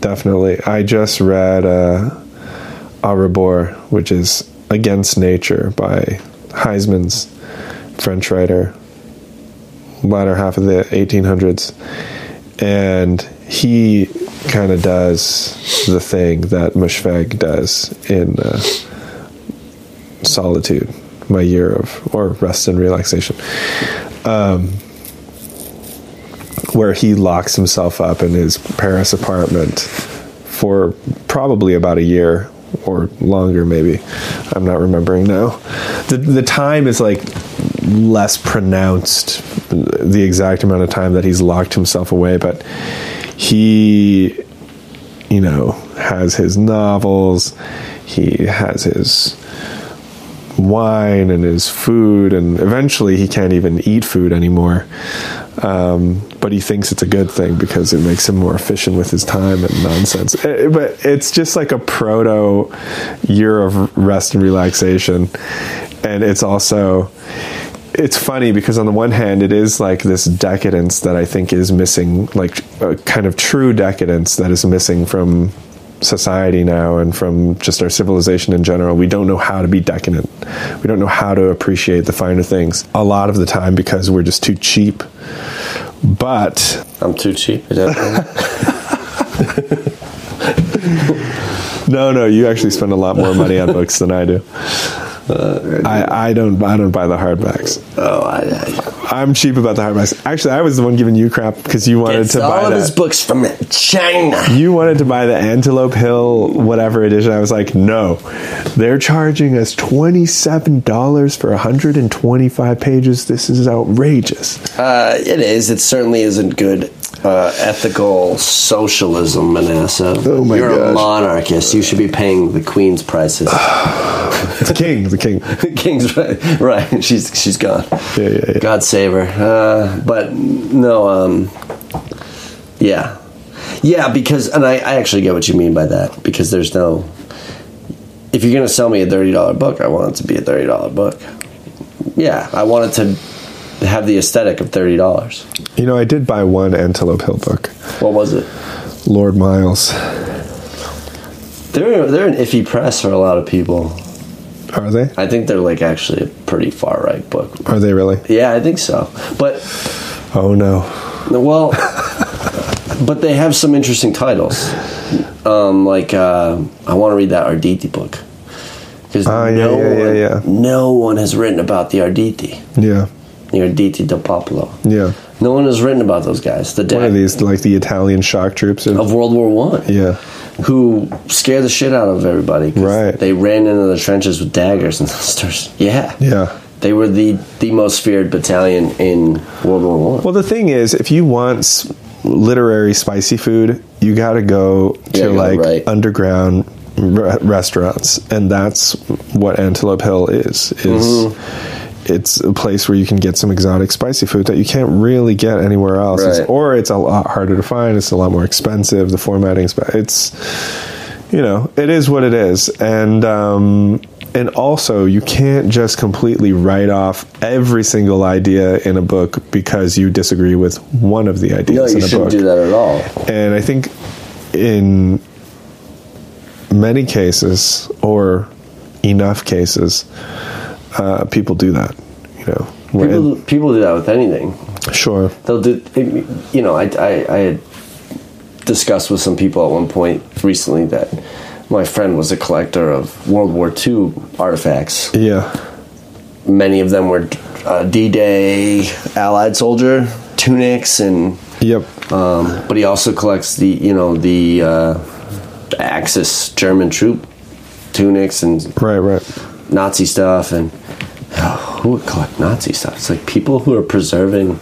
S2: definitely i just read uh Arbor, which is Against Nature by Heisman's French writer, latter half of the 1800s. And he kind of does the thing that Mushfeg does in uh, Solitude, my year of, or rest and relaxation, um, where he locks himself up in his Paris apartment for probably about a year or longer maybe i'm not remembering now the the time is like less pronounced the exact amount of time that he's locked himself away but he you know has his novels he has his wine and his food, and eventually he can't even eat food anymore. Um, but he thinks it's a good thing because it makes him more efficient with his time and nonsense. Eh, but it's just like a proto year of rest and relaxation, and it's also it's funny because on the one hand it is like this decadence that i think is missing like a kind of true decadence that is missing from society now and from just our civilization in general we don't know how to be decadent we don't know how to appreciate the finer things a lot of the time because we're just too cheap but
S1: I'm too cheap. Is that right?
S2: no no you actually spend a lot more money on books than i do
S1: Uh,
S2: I, I don't i don't buy the hardbacks
S1: oh, I, I
S2: I'm cheap about the hardbacks. Actually, I was the one giving you crap because you wanted
S1: it's
S2: to buy
S1: all of
S2: that.
S1: his books from China.
S2: you wanted to buy the Antelope Hill whatever edition. I was like, no, they're charging us twenty seven dollars for hundred and twenty five pages. This is outrageous.
S1: Uh, it is. It certainly isn't good uh, ethical socialism, Manasseh.
S2: Oh my
S1: You're a
S2: gosh.
S1: monarchist. You should be paying the queen's prices.
S2: The king, the king.
S1: King's right. Right. She's she's gone.
S2: Yeah, yeah, yeah.
S1: God save her. Uh, but no, um, yeah, yeah. Because and I, I actually get what you mean by that because there's no. If you're gonna sell me a thirty dollar book, I want it to be a thirty dollar book. Yeah, I want it to have the aesthetic of thirty dollars.
S2: You know, I did buy one Antelope Hill book,
S1: What was it?
S2: Lord Miles.
S1: They're they're an iffy press for a lot of people.
S2: Are they?
S1: I think they're like actually a pretty far right book.
S2: Are they really?
S1: Yeah, I think so. But
S2: Oh no.
S1: Well, but they have some interesting titles. Um, like uh, I want to read that Arditi book because
S2: Ah, yeah,
S1: no,
S2: yeah, yeah,
S1: one,
S2: yeah.
S1: no one has written about the Arditi,
S2: Yeah,
S1: the Arditi del Popolo.
S2: yeah.
S1: No one has written about those guys. The
S2: One of
S1: dead
S2: these, like the Italian shock troops. Are,
S1: of World War One,
S2: yeah.
S1: who scared the shit out of everybody. 'cause
S2: Right.
S1: They ran into the trenches with daggers and stuff. Yeah.
S2: Yeah.
S1: They were the the most feared battalion in World War One.
S2: Well, the thing is, if you want s- literary spicy food, you got to go to
S1: Yeah, you gotta
S2: like
S1: right.
S2: underground re- restaurants, and that's what Antelope Hill is. Is
S1: Mm-hmm.
S2: it's a place where you can get some exotic spicy food that you can't really get anywhere else, It's-
S1: Right.
S2: or it's a lot harder to find. It's a lot more expensive. The formatting's ba- it's you know, it is what it is, and um, and also you can't just completely write off every single idea in a book because you disagree with one of the
S1: No,
S2: ideas
S1: you
S2: in a book.
S1: shouldn't do that at all.
S2: And I think in many cases, or enough cases, uh, people do that. You know, where-
S1: People people do that with anything.
S2: sure,
S1: they'll do you know I, I, I had discussed with some people at one point recently that my friend was a collector of world war ii artifacts
S2: yeah,
S1: many of them were uh, d-day allied soldier tunics and
S2: yep,
S1: um, but he also collects the you know the uh, axis german troop tunics and
S2: right, right.
S1: Nazi stuff and oh, who would collect Nazi stuff? It's like people who are preserving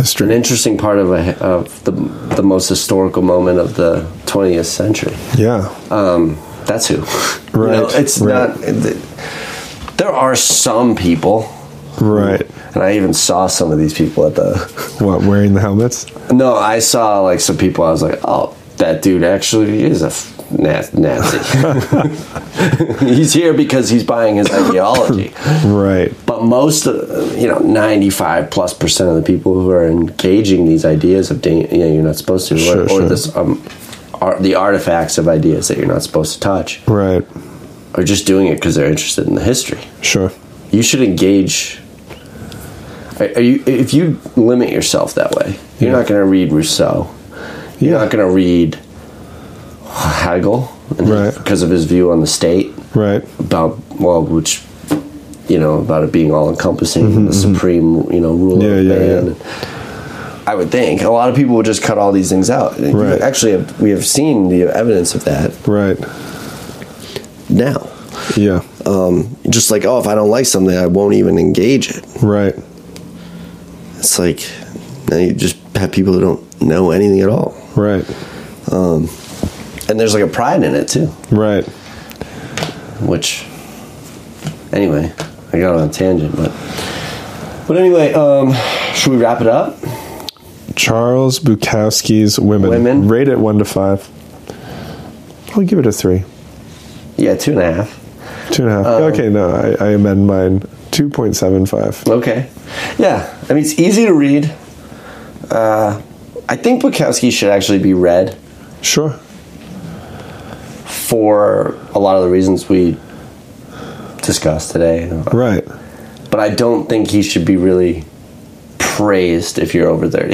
S2: History.
S1: an interesting part of a, of the the most historical moment of the 20th century.
S2: Yeah,
S1: Um, that's who. You know,
S2: Right,
S1: it's
S2: right.
S1: not. th- There are some people,
S2: right.
S1: and I even saw some of these people at the.
S2: What wearing the helmets?
S1: No, I saw like some people. I was like, oh, that dude actually is a. F- na- Nazi. he's here because he's buying his ideology.
S2: Right.
S1: But most of you know, ninety-five plus percent of the people who are engaging these ideas of dan- you know, you're not supposed to,
S2: Sure,
S1: or,
S2: sure.
S1: or this um, ar the artifacts of ideas that you're not supposed to touch,
S2: Right.
S1: are just doing it because they're interested in the history.
S2: Sure.
S1: You should engage. Are, are you if you limit yourself that way, you're not going to read Rousseau. You're
S2: Yeah.
S1: not going to read Hegel,
S2: Right.
S1: Because of his view on the state
S2: Right.
S1: about well, which you know about it being all encompassing, the supreme you know ruler
S2: Mm-hmm, Yeah,
S1: of
S2: yeah,
S1: man. I would think a lot of people would just cut all these things out. You
S2: Right.
S1: Actually, have- we have seen the evidence of that
S2: Right.
S1: now.
S2: Yeah.
S1: Um, just like oh, if I don't like something, I won't even engage it.
S2: Right.
S1: It's like now you just have people who don't know anything at all,
S2: Right.
S1: and there's like a pride in it too,
S2: Right.
S1: which Anyway, I got on a tangent, but but anyway, um, should we wrap it up?
S2: Charles Bukowski's Women.
S1: Women.
S2: Rate it one to five. I'll give it a three.
S1: Yeah, two and a half.
S2: Two and a
S1: Um,
S2: half. okay, no, I, I amend mine. 2.75.
S1: Okay. Yeah, I mean it's easy to read. Uh, I think Bukowski should actually be read
S2: Sure.
S1: for a lot of the reasons we discussed today.
S2: Right.
S1: But I don't think he should be really praised if you're over thirty.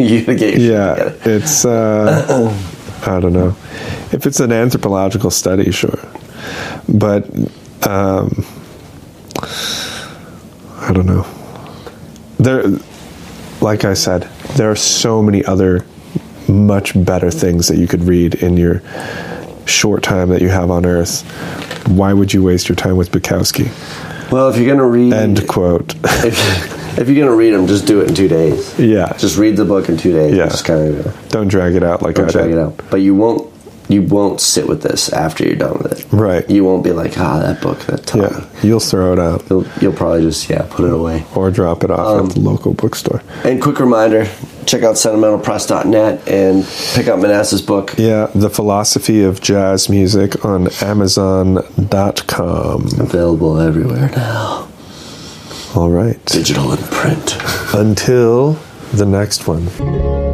S1: you gotta get your shit
S2: Yeah,
S1: together.
S2: it's, uh, I don't know. If it's an anthropological study, sure. But, um, I don't know. There, like I said, there are so many other much better things that you could read in your short time that you have on Earth. Why would you waste your time with Bukowski?
S1: Well, if you're gonna read
S2: End quote.
S1: if, if you're gonna read them, just do it in two days.
S2: Yeah.
S1: Just read the book in two days.
S2: Yeah.
S1: Just kind of
S2: Don't drag it out like I
S1: check
S2: did.
S1: it out. But you won't you won't sit with this after you're done with it.
S2: Right.
S1: You won't be like, ah, that book, that taught me.
S2: Yeah, you'll throw it out
S1: You'll, you'll probably just yeah put it away.
S2: or drop it off
S1: Um,
S2: at the local bookstore.
S1: And quick reminder: check out sentimentalpress.net and pick up Manasseh's book.
S2: Yeah, The Philosophy of Jazz Music on Amazon.com.
S1: Available everywhere now,
S2: All right.
S1: digital and print.
S2: Until the next one.